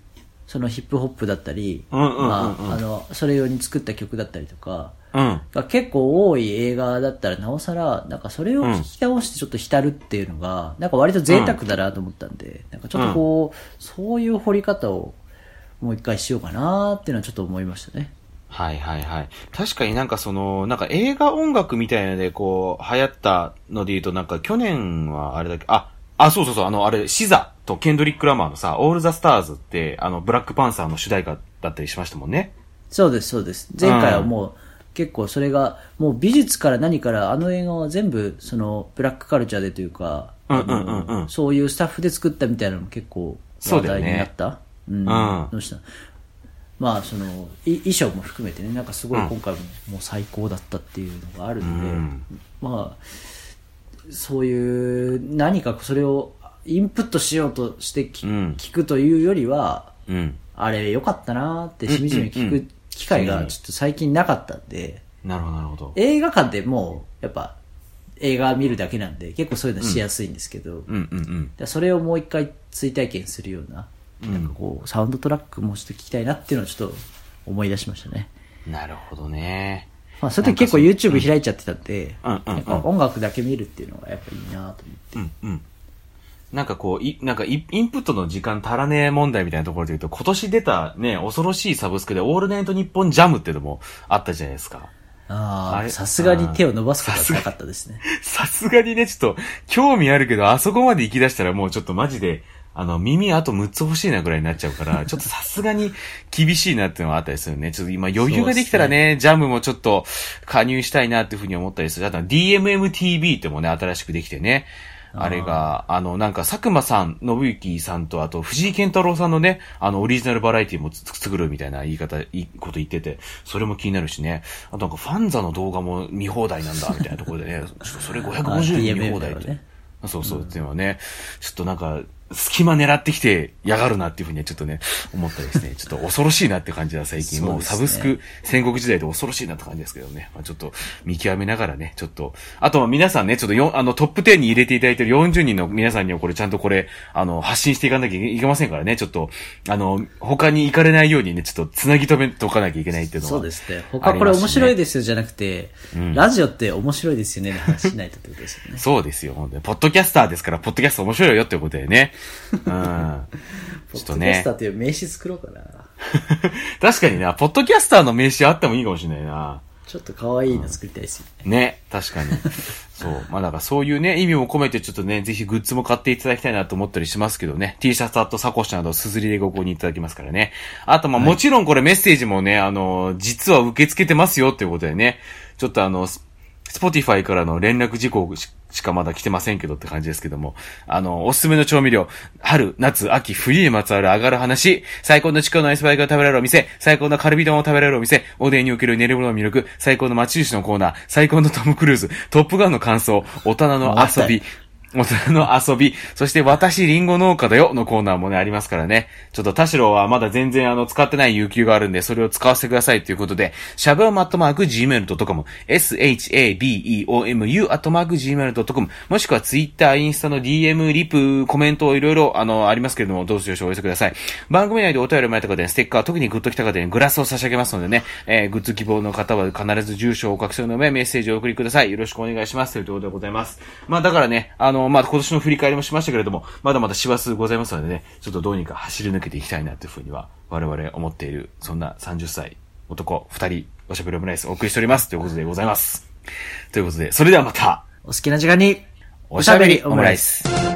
S1: そのヒップホップだったり、
S2: うんうんうんうん
S1: まあ、あの、それ用に作った曲だったりとか、
S2: うん。
S1: が結構多い映画だったらなおさら、なんかそれを聞き倒してちょっと浸るっていうのが、なんか割と贅沢だなと思ったんで、なんかちょっとこう、そういう掘り方をもう一回しようかなっていうのはちょっと思いましたね。
S2: はいはいはい。確かになんかその、なんか映画音楽みたいなのでこう、流行ったので言うとなんか去年はあれだけ、あ、あ、そうそうそう、あの、あれ、シザとケンドリック・ラマーのさ、オール・ザ・スターズって、あの、ブラック・パンサーの主題歌だったりしましたもんね。
S1: そうです、そうです。前回はもう、結構それが、もう美術から何からあの映画は全部、その、ブラックカルチャーでというか、
S2: うんうんうんうん
S1: あのそういうスタッフで作ったみたいなのも結構
S2: そう
S1: 話
S2: だよ
S1: 題
S2: ね
S1: になった。うん
S2: ん
S1: どうしたまあ、その、い衣装も含めてね、なんかすごい今回ももう最高だったっていうのがあるので、
S2: うん
S1: まあ、そういう、何かそれをインプットしようとしてき、
S2: うん
S1: 聞くというよりは、
S2: うん。
S1: あれ良かったなーってしみじみ聞
S2: うんうんう
S1: く
S2: ん
S1: 機会がちょっと最近なかったんで、
S2: なるほどなるほど。
S1: 映画館でもうやっぱ映画見るだけなんで結構そういうのしやすいんですけど、だか
S2: うんうんうん。
S1: らそれをもう一回追体験するような、なんかこうサウンドトラックもちょっと聞きたいなっていうのをちょっと思い出しましたね。
S2: なるほどね。
S1: まあ、それで結構 YouTube 開いちゃってたんで、
S2: うんうんうん
S1: なんか音楽だけ見るっていうのがやっぱいいなと思って。
S2: うんうん。なんかこう、い、なんかイインプットの時間足らねえ問題みたいなところで言うと、今年出たね、恐ろしいサブスクで、オールナイト日本ジャムっていうのもあったじゃないで すか。
S1: あ
S2: あ
S1: あ、
S2: れ
S1: さすがに手を伸ばすことはなかったですね。
S2: さすがにね、ちょっと、興味あるけど、あそこまで行き出したらもうちょっとマジで、あの、耳あと6つ欲しいなぐらいになっちゃうから、ちょっとさすがに厳しいなっていうのはあったりするね。ちょっと今余裕ができたらね、ジャムもちょっと加入したいなっていうふうに思ったりする。あと DMMTV ってもね、新しくできてね。あれが、あの、なんか、佐久間さん、信之さんと、あと、藤井健太郎さんのね、あの、オリジナルバラエティもつ作るみたいな言い方、いいこと言ってて、それも気になるしね。あと、なんか、ファンザの動画も見放題なんだ、みたいなところでね、ちょっ とそれ550円見放題
S1: あ DMM
S2: と。
S1: だよね
S2: そうそう、っていうのはね、ちょっとなんか、隙間狙ってきてやがるなっていうふうにはちょっとね、思ったりです ね、ちょっと恐ろしいなって感じは最近、
S1: そう
S2: もう
S1: ですね
S2: サブスク、戦国時代で恐ろしいなって感じですけどね、まあ、ちょっと見極めながらね、ちょっと、あとは皆さんね、ちょっとよんあのトップ10に入れていただいてる40人の皆さんにはこれちゃんとこれ、あの、発信していかなきゃいけませんからね、ちょっと、あの、他に行かれないようにね、ちょっとつなぎ止めとかなきゃいけないっていうのは。
S1: そうですね。他これ面白いですよじゃなくて、ラジオって面白いですよねの話しないとってことですよね。
S2: そうですよ、本当に。ポッドキャスターですから、ポッドキャスト面白いよってことでね。 うん。
S1: ポ
S2: ちょっ
S1: ッドキ
S2: と
S1: ャ
S2: ね
S1: スターという名詞作ろうかな。
S2: 確かにな、ポッドキャスターの名刺あってもいいかもしれないな。
S1: ちょっと可愛いの作りたいですよね。
S2: ね、確かに。そう。まあだからそういうね、意味も込めてちょっとね、ぜひグッズも買っていただきたいなと思ったりしますけどね。T シャツ、あとサコッシュなど、すずりでご購入いただきますからね。あとまあもちろんこれメッセージもね、あの、実は受け付けてますよっていうことでね、ちょっとあの、ススポティファイからの連絡事項ししかまだ来てませんけどって感じですけども、あの、おすすめの調味料、春、夏、秋、冬にまつわる上がる話、最高のチキンのアイスバイクが食べられるお店、最高のカルビ丼を食べられるお店、おでんにおける練り物の魅力、最高の町主のコーナー、最高のトム・クルーズ、トップガンの感想、大人の遊び、大人の遊び、そして私リンゴ農家だよのコーナーもね、ありますからね。ちょっと田代はまだ全然あの、使ってない有給があるんで、それを使わせてくださいということで、しゃべおまっとマーク gmail.com、shabeomu アットマーク gmail.com、もしくはツイッター、インスタの DM、リプ、コメントいろいろあの、ありますけれども、どうぞよろしくお寄せください。番組内でお便りもらった方で、ステッカー、特にグッときた方で、グラスを差し上げますのでね、えー、グッズ希望の方は必ず住所をお書きするの上、メッセージをお送りください。よろしくお願いします。ということでございます。まあだからね、あの、まあ今年の振り返りもしましたけれども、まだまだ師走ございますのでね、ちょっとどうにか走り抜けていきたいなというふうには、我々思っている、そんな30歳男2人、おしゃべりオムライスをお送りしております。ということでございます。ということで、それではまた、
S1: お好きな時間に、
S2: おしゃべりオムライス。